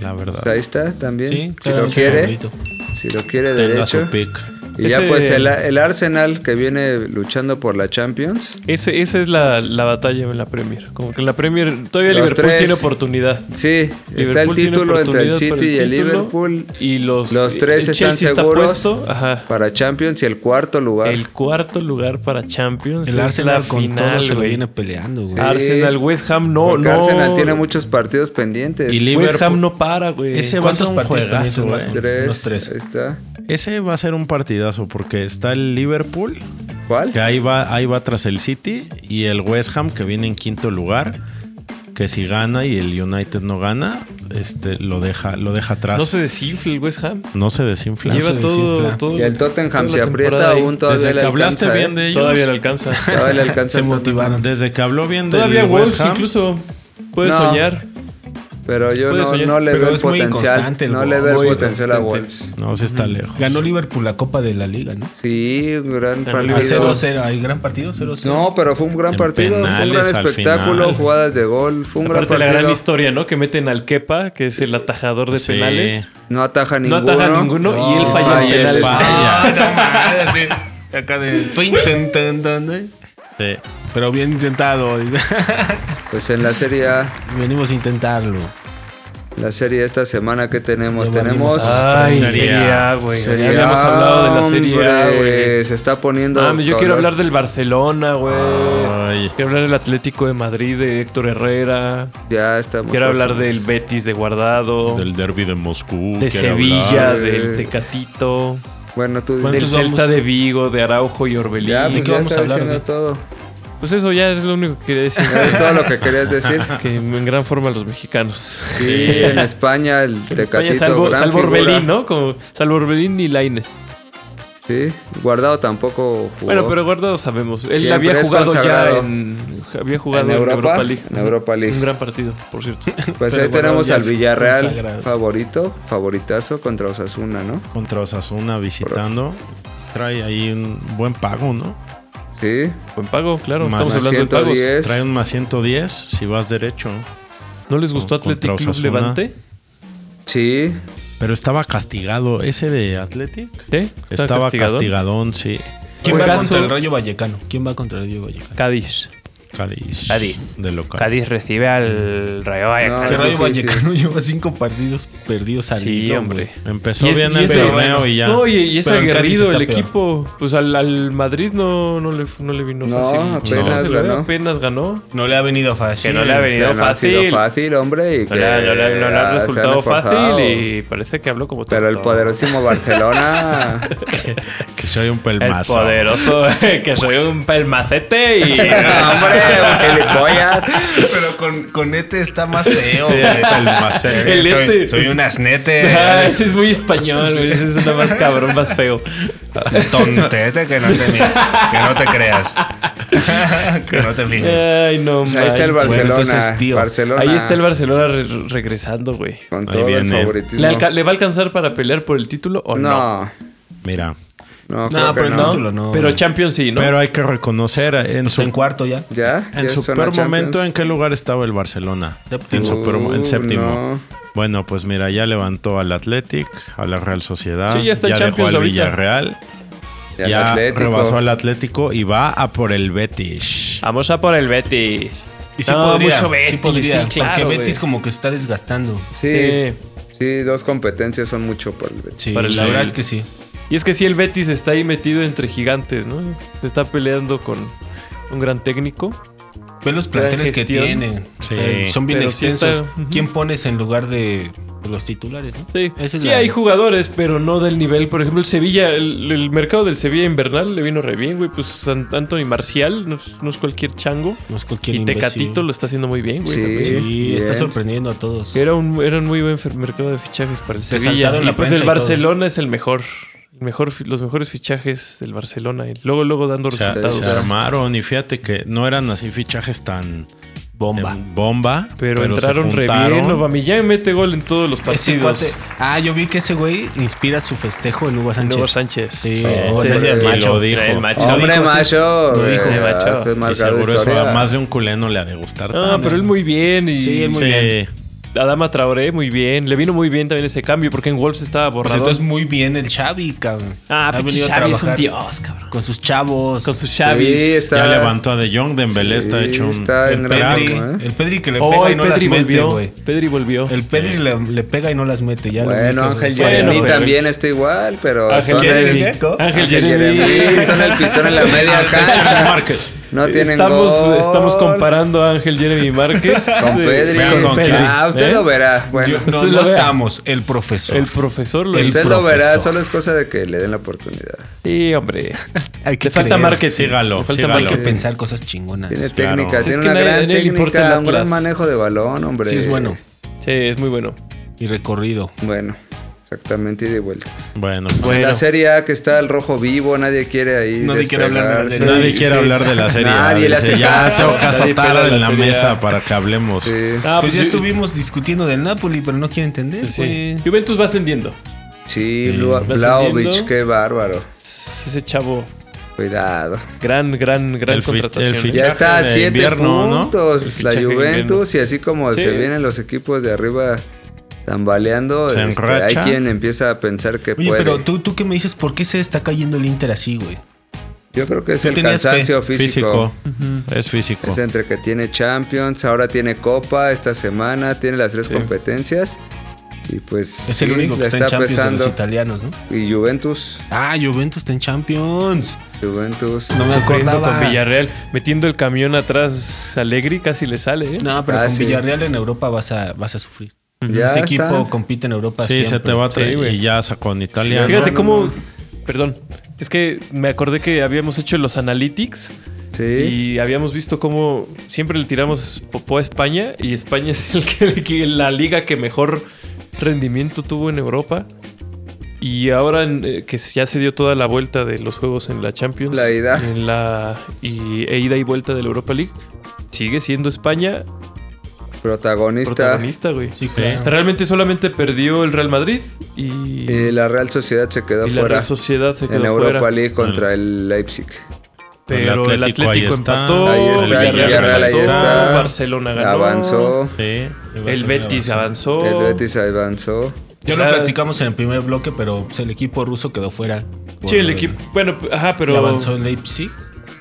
la
O
verdad.
sea, ahí está también.
Sí,
si lo
claramente
quiere,
favorito.
si lo quiere
Tenga
derecho.
su pick.
Y ya
Ese-
pues el, el Arsenal que viene luchando por la Champions.
Ese- esa es la, la batalla en la Premier. Como que en la Premier todavía
Los
Liverpool
tres.
tiene oportunidad.
Sí, está el
Liverpool tiene
título entre el
oportunidad para
City y el
título,
Liverpool
Y los,
Los tres
el
están
Chelsea está
seguros.
puesto, ajá.
para Champions y el cuarto lugar.
El cuarto lugar para Champions.
El
Pues es
Arsenal
la
con
final,
todo se lo
güey.
viene peleando, güey.
Ah,
Arsenal, West Ham no,
Porque
no.
Arsenal tiene muchos partidos pendientes. Pues,
Y
West Ham
Liverpool-
no para, güey.
Ese va a ser un
¿Cuántos partidos
juegazo,
también
güey.
son
Tres,
Unos tres.
ahí está.
Ese va a ser un partidazo porque está el Liverpool,
¿Cuál?
que ahí va, ahí va tras el City, y el West Ham, que viene en quinto lugar, que si gana y el United no gana, este lo deja, lo deja atrás.
no se desinfla el West Ham.
No se desinfla.
Lleva
se
todo,
desinfla.
todo.
Y el Tottenham
toda
se
la
aprieta
temporada ahí.
aún todavía
Desde
le
que hablaste
alcanza,
bien
¿eh?
de ellos,
Todavía le alcanza.
Todavía le alcanza
Se
el Tottenham.
motivaron.
desde que habló bien de
Todavía Wolves
West Ham,
incluso puede
No.
soñar.
Pero yo
Puede
no,
soñar,
no le
pero
veo el
es muy
potencial.
inconstante el
No le veo
Wolves.
el
Muy
potencial a
inconstante.
Wolves.
no se está lejos.
Ganó Liverpool la Copa de la Liga, ¿no?
Sí, un gran
Ganó
A
Liverpool.
partido.
0-0. Ah, ¿Hay gran partido? 0-0.
No, pero fue un gran
En
partido. Fue un gran
penales al
espectáculo.
final.
Jugadas de gol. Fue un gran
Aparte
partido.
la gran historia, ¿no? Que meten al Kepa, que es el atajador de
Sí.
penales.
No ataja
No
ninguno.
ataja ninguno y él falla en
Falla,
penales.
él
Ah,
Falla.
Acá de. Twin, tun, tun, tun, ¿eh?
Sí.
Pero bien intentado.
Pues en la Serie A.
Venimos a intentarlo.
La serie esta semana que tenemos,
Ya
tenemos.
valimos.
Ay,
Serie
Serie
A.
A, güey. Ya
Serie
habíamos
A,
hablado de la Serie A,
hombre,
güey.
Se está poniendo.
Mames, yo quiero
color.
hablar del Barcelona, güey.
Ay.
Quiero hablar del Atlético de Madrid, de Héctor Herrera.
Ya estamos.
Quiero hablar del
próximos.
Betis de Guardado.
Del derby de Moscú.
de
quiere
Sevilla,
hablar.
hablar.
del Tecatito,
Bueno, tú.
Bueno,
del
entonces
Celta
vamos-
de Vigo, de Araujo y Orbelín.
ya,
¿de
pues
qué
ya
vamos a
estaba
hablar,
diciendo
güey?
todo.
Pues eso ya es lo único que quería decir.
Ya Es todo lo que querías decir.
que en gran forma los mexicanos.
Sí, en España el
En
Tecatito.
España, salvo,
gran
salvo
figura.
Orbelín, ¿no? Como, salvo Orbelín y Laines.
Sí, guardado tampoco jugó.
Bueno, pero Guardado sabemos. Él
Siempre
había
es
jugado ya
consagrado.
en. Había jugado en,
¿En Europa?
League.
En Europa League.
Un gran partido, por cierto.
Pues
pero
ahí
Guardado
tenemos
ya
al
es
Villarreal
consagrado.
favorito, favoritazo contra Osasuna, ¿no?
Contra Osasuna visitando. Trae ahí un buen pago, ¿no?
Sí,
Buen pago, claro.
Más
estamos hablando de
110.
Trae un más 110 si vas derecho.
pagos. ¿No les gustó
Contra
Athletic Club
Osasuna.
Levante?
sí.
Pero estaba castigado. Ese de Athletic
¿Sí? ¿Está
estaba
castigado?
castigadón, sí.
¿Quién va
Juegazo.
contra el Rayo Vallecano? ¿Quién va contra el Rayo Vallecano?
Cádiz.
Cádiz.
Cádiz.
De local.
Cádiz recibe al Rayo
Vallecano.
Que Rayo
difícil.
Vallecano lleva cinco partidos perdidos al
Sí,
hilo,
hombre.
güey.
Empezó
Y es-
bien
y
el
es-
torneo y ya.
No, y, y es
Pero el Cádiz
aguerrido
está
el
peor.
equipo. Pues al, al Madrid no, no, le, no le vino
No,
fácil.
apenas
Se le ve,
ganó.
Apenas ganó.
No le ha venido fácil.
Que no le ha venido
Que no ha sido
fácil.
fácil, hombre. Y
No
que
le ha- no le ha- no le
ah,
ha
se han
resultado
esforzado.
fácil y parece que habló como todo.
Pero el poderosísimo Barcelona.
Que soy un
El
pelmazo.
poderoso, que soy un pelmacete y.
No, hombre, gilipollas.
Pero con, con Nete está más feo.
Sí,
güey.
el pelmacete.
El
soy,
Nete.
soy unas Nete.
Ah, ese es muy español, güey, ese es una más cabrón, más feo.
Tontete que no te, mi- que no te creas. que no te fijes.
Ay, no,
Ahí está el
manches.
Barcelona.
Bueno, entonces, tío,
Barcelona.
Ahí está el Barcelona re- regresando, güey.
Con
Ahí
todo el
viene.
favoritismo.
¿Le, alca- le va a alcanzar para pelear por el título o no?
no,
Mira.
no, creo
No,
que
pero el
no.
título no.
Pero Champions sí, ¿no?
Pero hay que reconocer en
Está
su
en cuarto ya.
¿Ya?
En
¿Ya
su
son
peor
a
momento, ¿en
Champions?
qué lugar estaba el Barcelona?
Séptimo.
En su peor mo- en
Uh,
séptimo.
no.
Bueno, pues mira, ya levantó al Athletic, a la Real Sociedad,
Sí, ya está en
dejó
Champions
al
ahorita.
Villarreal,
Y al
ya
Atlético.
rebasó al Atlético y va a por el Betis.
Vamos a por el Betis.
Y sí
No,
podría,
mucho Betis,
sí podría,
sí, claro,
porque
güey.
Betis como que está desgastando.
Sí, sí, dos competencias son mucho para el Betis.
Sí,
Para el-
la verdad es que sí.
Y es que sí, el Betis está ahí metido entre gigantes, ¿no? Se está peleando con un gran técnico.
Ve los planteles que
gestión.
tienen.
Sí.
Eh, son bien
Pero sí
extensos.
está- Ujú.
¿Quién pones en lugar de los titulares? no?
Sí,
Esa es
sí
la-
hay jugadores, pero no del nivel. Por ejemplo, el Sevilla, el, el mercado del Sevilla invernal le vino re bien, güey. Pues San- Anthony Marcial no es, no es cualquier chango.
No es cualquier
Y
imbécil.
Tecatito lo está haciendo muy bien, güey.
Sí.
también.
Sí,
Bien.
está sorprendiendo a todos.
Era un, era un muy buen fer- mercado de fichajes para el Sevilla.
saltaron
Y
la
pues
prensa
el
y todo.
Barcelona es el mejor. El mejor, fi- los mejores fichajes del Barcelona. Y luego, luego dando
Se,
resultados.
se armaron y fíjate que no eran así fichajes tan
Bomba.
em, bomba
Pero,
se
entraron re
juntaron.
bien. Aubameyang mete gol en todos los
Ese
partidos.
cuate- Ah, yo vi que ese güey inspira su festejo en Hugo Sánchez.
Nuevo Sánchez.
Sí,
Sí,
Hugo
sí,
Sánchez
y
macho.
lo dijo.
El macho.
Lo
Hombre
dijo, sí.
macho.
Lo dijo,
eh,
macho.
haces
Y
marcado
seguro eso
historia.
a más de un culeno le ha de gustar.
Ah, pero él muy bien. Y
Sí, él muy
Sí.
bien.
Adama Traoré muy bien. Le vino muy bien también ese cambio porque en Wolves estaba
Pues
borrado.
entonces muy bien el Xavi, cabrón.
ah,
Ha
pinche
venido a
Xavi es un
trabajar
dios, cabrón.
Con sus chavos.
Con sus
Sí,
Xavis.
está-
Ya levantó a De Jong, Dembélé
Sí,
está hecho un
está en
un
gran
crack.
Pedri,
¿eh?
El Pedri que le pega
Hoy
y no
Pedri,
las mete,
volvió,
güey.
Pedri volvió.
El Pedri le, le pega y no las mete. Ya lo
Bueno,
dije, güey.
Ángel
Bueno,
Jeremy
pero-
también está igual, pero
Ángel
son
Jeremy.
el,
Ángel
Ángel Jeremy.
Jeremy.
son el pistón en la media
Charly
cancha.
Márquez.
No tienen
estamos,
gol.
estamos comparando a Ángel Jeremy Márquez
con
de-
Pedri.
Vean con quién.
Ah, usted
¿Eh?
lo verá. Bueno,
Yo- no,
usted lo
no
vea.
estamos. El profesor.
El profesor lo
El
hizo.
usted lo verá,
profesor.
solo es cosa de que le den la oportunidad.
Sí, hombre.
Hay
Te falta
creer.
marketing.
Sígalo,
Le falta
sígalo.
Hay que
marketing.
pensar cosas chingonas.
Tiene
Claro.
técnica,
Es
tiene
que
una
nadie-
gran
nadie le importa el
técnica, un gran
Atlas.
manejo de balón, hombre.
Sí, es bueno.
Sí, es muy bueno.
Y recorrido.
Bueno, exactamente y de vuelta.
Bueno, pues,
En
Bueno.
la Serie A que está el rojo vivo, nadie quiere ahí.
Nadie quiere hablar de la
despegarse.
Serie A.
nadie
Sí,
quiere
sí.
hablar de la serie. A,
Nadie le
dice,
hace
ya
caso.
tengo que
Nadie
azotar
pela
en
la
la
Serie A.
mesa para que hablemos.
Sí,
Ah,
pues ya
yo-
estuvimos discutiendo del Napoli, pero no quiero entender,
Sí.
güey.
Juventus va ascendiendo.
sí, Bla-
¿Vas
Vlaovic,
entendiendo?
qué bárbaro.
Ese chavo.
Cuidado.
Gran, gran, gran
El fi- el
contratación. ¿eh?
fichaje.
Ya está a
de
7
invierno, ¿no?
puntos la
Fichaje de
Juventus y así como
Sí.
se vienen los equipos de arriba tambaleando,
Se
este, hay
enracha.
quien empieza a pensar que
Oye,
puede.
pero tú, tú qué me dices, ¿por qué se está cayendo el Inter así, güey?
Yo creo que es
Tú
el
tenías fe. Oh.
cansancio físico.
Físico. Es físico.
Es entre que tiene Champions, ahora tiene Copa esta semana, tiene las tres competencias. Y pues
Es
sí,
el único que
le
está, en Champions de los italianos, ¿no?
Y Juventus,
Ah, Juventus está en Champions.
Juventus.
No me
Sufriendo
acordaba.
con Villarreal, metiendo el camión atrás Alegri, casi le sale. ¿eh?
No, pero
Ah,
con
sí.
Villarreal en Europa vas a, vas a sufrir.
Ya
Ese
está.
equipo compite en Europa
Sí, se te
siempre.
va a
Sí,
traer
güey.
y ya sacó en Italia.
Sí,
Fíjate
no, no,
cómo.
no.
Perdón. Es que me acordé que habíamos hecho los analytics
Sí.
y habíamos visto cómo siempre le tiramos popó a España y España es el que, el que- la liga que mejor rendimiento tuvo en Europa. Y ahora en, eh, que ya se dio toda la vuelta de los juegos en la Champions,
La ida.
en la y, e ida y vuelta de la Europa League, sigue siendo España
Protagonista.
protagonista, güey.
Sí, claro.
Realmente solamente perdió el Real Madrid y,
Y la Real Sociedad se quedó
y la
fuera.
Real Sociedad se
en
quedó
Europa
fuera.
League contra el Leipzig.
Pero el
El
Atlético,
Atlético ahí está.
empató,
Ahí está,
el Villarreal,
Villarreal ahí
empató,
está.
Barcelona Ah, ganó, Oh.
Avanzó.
Sí.
el Betis avanzó. Ah,
El Betis avanzó.
Ya
O sea-
lo platicamos en el primer bloque, pero pues, el equipo ruso quedó fuera.
Sí, el equipo. Bueno, ajá,
Pero...
pero.
Avanzó el Leipzig.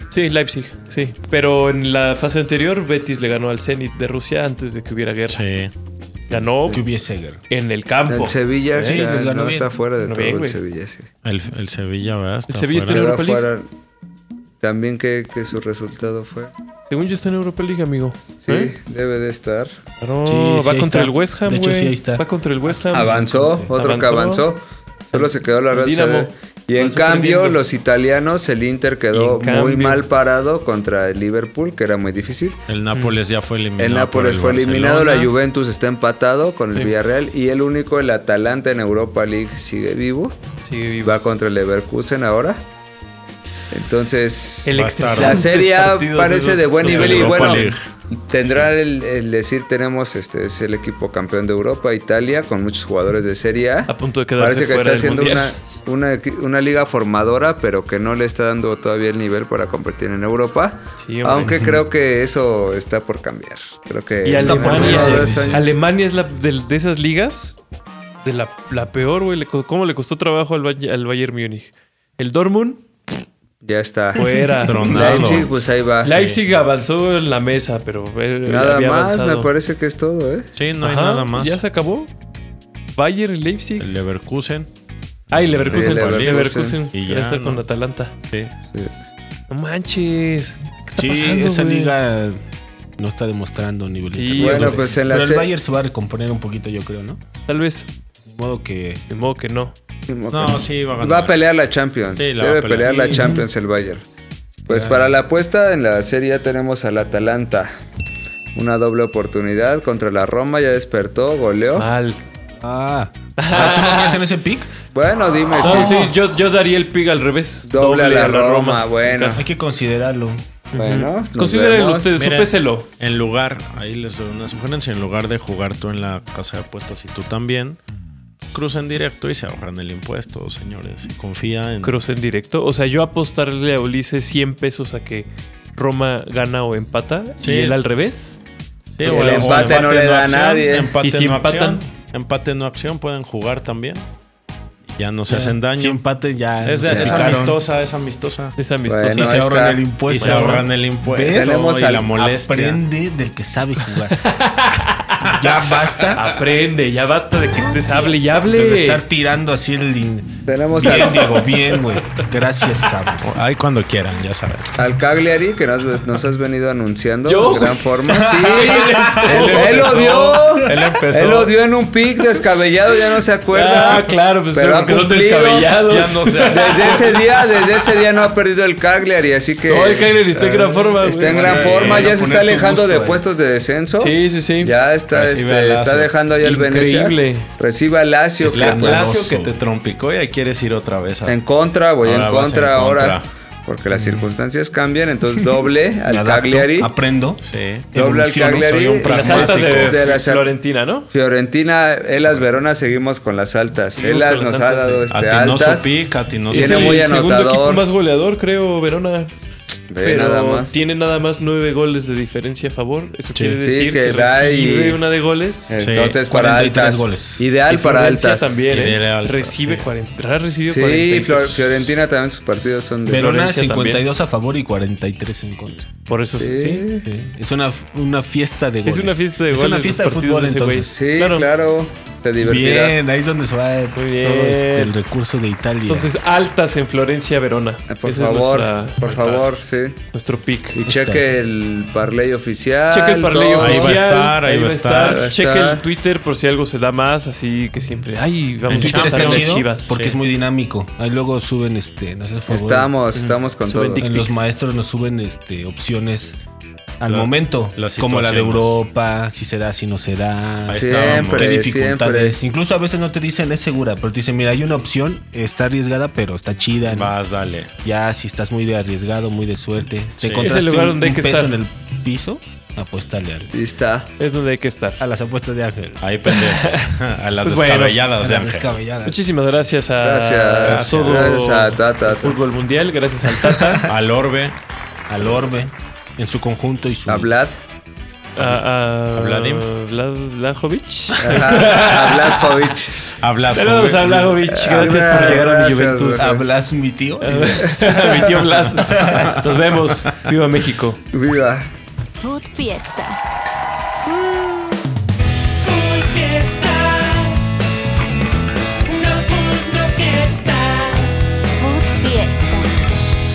Sí, Leipzig, sí. Pero en la fase anterior, Betis le ganó al Zenit de Rusia antes de que hubiera guerra.
Sí.
Ganó
Que hubiese guerra.
en el campo.
El Sevilla
Sí,
ya
les ganó
no
bien.
está fuera de
pues Ganó
todo
bien,
el
güey.
Sevilla. Sí.
El, el Sevilla, ¿verdad? Está
El Sevilla está en
fuera.
Europa
Quedó
League.
fuera. También que, que su resultado fue.
Según yo está en Europa League, amigo.
Sí,
¿Eh?
debe de estar.
Claro,
Sí, sí,
va
ahí
contra
está.
el West Ham,
De hecho,
güey.
sí, ahí está.
Va contra el West Ham.
Avanzó, otro que
Avanzó.
avanzó. Solo se quedó la Real
Dinamo.
Sociedad. Y en
Avanzó
cambio,
perdiendo.
los italianos, el Inter quedó
Y en
muy
cambio-
mal parado contra el Liverpool, que era muy difícil.
El Nápoles ya fue eliminado.
El
por
Nápoles fue eliminado, la
Barcelona.
Juventus está empatado con el
Sí.
Villarreal y el único, el Atalanta en Europa League, sigue vivo.
Sigue
Y
vivo.
va contra el Leverkusen ahora. Entonces,
El
Va a
extra-
estar-
la serie A
partidos
parece
esos
de buen
de
nivel y
Europa
bueno,
League.
tendrá el, el decir tenemos este es el equipo campeón de Europa, Italia, con muchos jugadores de serie A.
A punto de quedarse
Parece que
fuera
está
del
siendo una,
Mundial.
una, equi- una liga formadora, pero que no le está dando todavía el nivel para competir en Europa.
Sí, hombre.
aunque creo que eso está por cambiar. Creo que
Y
en
Alemania,
unos
Alemania,
sí,
dos
sí.
años-
Alemania es la de, de esas ligas de la, la peor, güey. Le co- ¿Cómo le costó trabajo al, Bay- al Bayern Múnich? El Dortmund,
ya está.
fuera.
Tronado.
Leipzig, pues ahí va.
Leipzig avanzó en la mesa, pero eh,
Nada
había
más,
avanzado.
me parece que es todo, ¿eh?
Sí, no hay
Ajá,
nada más.
Ya se acabó. Bayern, y Leipzig.
El Leverkusen.
Ah, y Leverkusen.
Sí, Leverkusen.
Leverkusen.
Y
ya
ya,
está
¿no?
con Atalanta.
Sí.
No manches. ¿Qué está
Sí,
pasando,
esa
güey?
liga no está demostrando nivel
Sí,
internacional.
Bueno,
hombre.
pues en la
Pero el
se-
Bayern se va a recomponer un poquito, yo creo, ¿no?
Tal vez.
De modo que
De modo que no.
No, sí, va a ganar.
Va a pelear la Champions.
Sí, la va
Debe
a pelear.
pelear la
Sí.
Champions el Bayern. Pues para la apuesta en la serie ya tenemos al Atalanta. Una doble oportunidad contra la Roma, ya despertó, goleó.
Mal.
Ah, ¿Ah, ¿tú no tenías en ese pick?
Bueno, dime
No,
si.
sí, yo, yo daría el pig al revés.
Doble a la Roma, bueno.
Casi.
Hay que considerarlo.
Bueno, nos
Considérenlo
vemos.
ustedes,
Mira,
supéselo.
En lugar, ahí les doy una sugerencia, en lugar de jugar tú en la casa de apuestas y tú también, crucen directo y se ahorran el impuesto, señores. Confía en...
Cruce en directo. O sea, yo apostarle a Ulises 100 pesos a que Roma gana o empata
Sí.
y él al revés.
Sí,
el empate no le da a nadie.
Empate
Y si
no
empatan-
acción. Empate no acción, pueden jugar también. Ya no se hacen daño.
Si empate ya.
es,
no se
es
sacaron.
amistosa, es amistosa.
Es amistoso.
Bueno,
Y se
ahí
ahorran
está.
el
y
impuesto.
se ahorran el impuesto
¿Ves?
y
Tenemos
la
al-
molestia.
Aprende del que sabe jugar. ya basta
Aprende, ya basta de que estés hable y
de
hable.
estar tirando así el... in-
Tenemos
Bien,
al,
Diego, bien, güey. Gracias, cabrón.
Ahí cuando quieran, ya saben.
al Cagliari que nos, nos has venido anunciando
¿Yo?
de gran forma. Sí,
Él
él, él lo
empezó.
dio.
Él empezó.
Él lo dio en un pick descabellado, ya no se acuerda.
Ah, claro, pues
Pero ha
porque son
cumplido.
descabellados.
Ya no sé.
Desde ese día, desde ese día no ha perdido el Cagliari, así que.
No, el Cagliari está en gran forma, güey.
Ah, Está en
Sí.
gran forma,
a
ya
poner
se está
tu
alejando
gusto
de
ahí.
puestos de descenso.
Sí, sí, sí.
Ya está,
Recibe
este,
a Lazio.
está dejando ahí el Venecia.
Increíble.
Recibe a Lazio.
La,
que, pues,
Lazio que te trompicó y ahí quieres ir otra vez. A,
En contra, voy en
Ahora vas
contra
en contra. Mm.
ahora. Porque las circunstancias cambian, entonces doble
Me
al
adapto,
Cagliari.
Aprendo.
sí.
Doble al
evoluciono,
Cagliari.
soy un
y
Y las
pragmático.
altas de,
de la-
Florentina, ¿no?
Fiorentina, Elas Verona, seguimos con las altas.
Seguimos
Elas
con las
nos ha
altas,
dado
sí.
este,
Atinoso
altas.
pica, Atinoso
Tiene
es el
muy
segundo
anotador.
equipo más goleador, creo, Verona.
Ve
Pero
nada más.
tiene nada más nueve goles de diferencia a favor. Eso quiere
Sí,
decir
que
que,
da y-
recibe una de goles.
Sí,
Entonces, para
43
altas.
goles.
Ideal
Y
para
Florencia
altas.
también, ¿eh?
Ideal altas,
Recibe
sí.
40. Ha recibido
Sí,
40.
Flor- Fiorentina también sus partidos son de.
Pero-
Verona
Florencia
52 a favor y 43 en contra.
Por eso sí.
Sí.
Sí, Es una, una fiesta de goles.
Es una fiesta de
Es
goles.
una fiesta de
los partidos
fútbol
ese güey.
entonces.
Sí, claro. Se divertirá.
Bien, ahí es donde se va todo
Muy bien.
este, el recurso de Italia.
Entonces, altas en Florencia, Verona.
Eh, Por
Ese
favor,
es nuestra-
por favor, sí.
nuestro pick.
Y cheque el parlay oficial.
Cheque el parlay
todo.
Ahí va a
oficial.
estar, ahí va a
estar.
Cheque
Está.
el Twitter por si algo se da más. Así que siempre, ay, vamos
el Twitter
a
está
estar
chido
chivas.
porque
Sí.
es muy dinámico. Ahí luego suben, este, nos hace favor.
Estamos, estamos con
Suben
todo.
tic-
En los
pics.
maestros nos suben este, opciones al
La-
momento,
las
como la de
situaciones.
Europa, si se da, si no se da,
Ahí estábamos.
Siempre,
qué
siempre.
dificultades. Incluso a veces no te dicen es segura, pero te dicen, mira, hay una opción, está arriesgada, pero está chida. ¿no?
Vas, dale.
Ya si estás muy de arriesgado, muy de suerte,
Sí.
te encontraste
Es el lugar
un-
donde hay
un
que
peso
estar.
en el piso, apuéstale al-
Y está.
Es donde hay que estar.
a las apuestas de Ángel.
Ahí pendejo. A las
Pues bueno,
A
descabelladas,
las
de Ángel.
descabelladas.
Muchísimas gracias a,
Gracias.
a todo
Gracias a Tata.
el fútbol mundial, gracias al Tata,
Al Orbe,
al Orbe en su conjunto y su
Hablad.
a, a,
¿A Vladim?
Vlad- Vlahovic.
Ajá, A Blajovic.
a Vlad.
Saludos a Vlahovic, gracias por
Gracias,
llegar a mi
gracias,
Juventus.
bro.
hablas mi tío
A mi tío Blas. Nos vemos. Viva México.
Viva.
Food Fiesta.
Food Fiesta. No food, no fiesta.
Food Fiesta.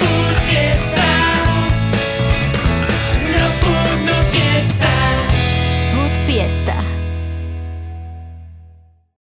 Food Fiesta. No food, no fiesta.
Food Fiesta.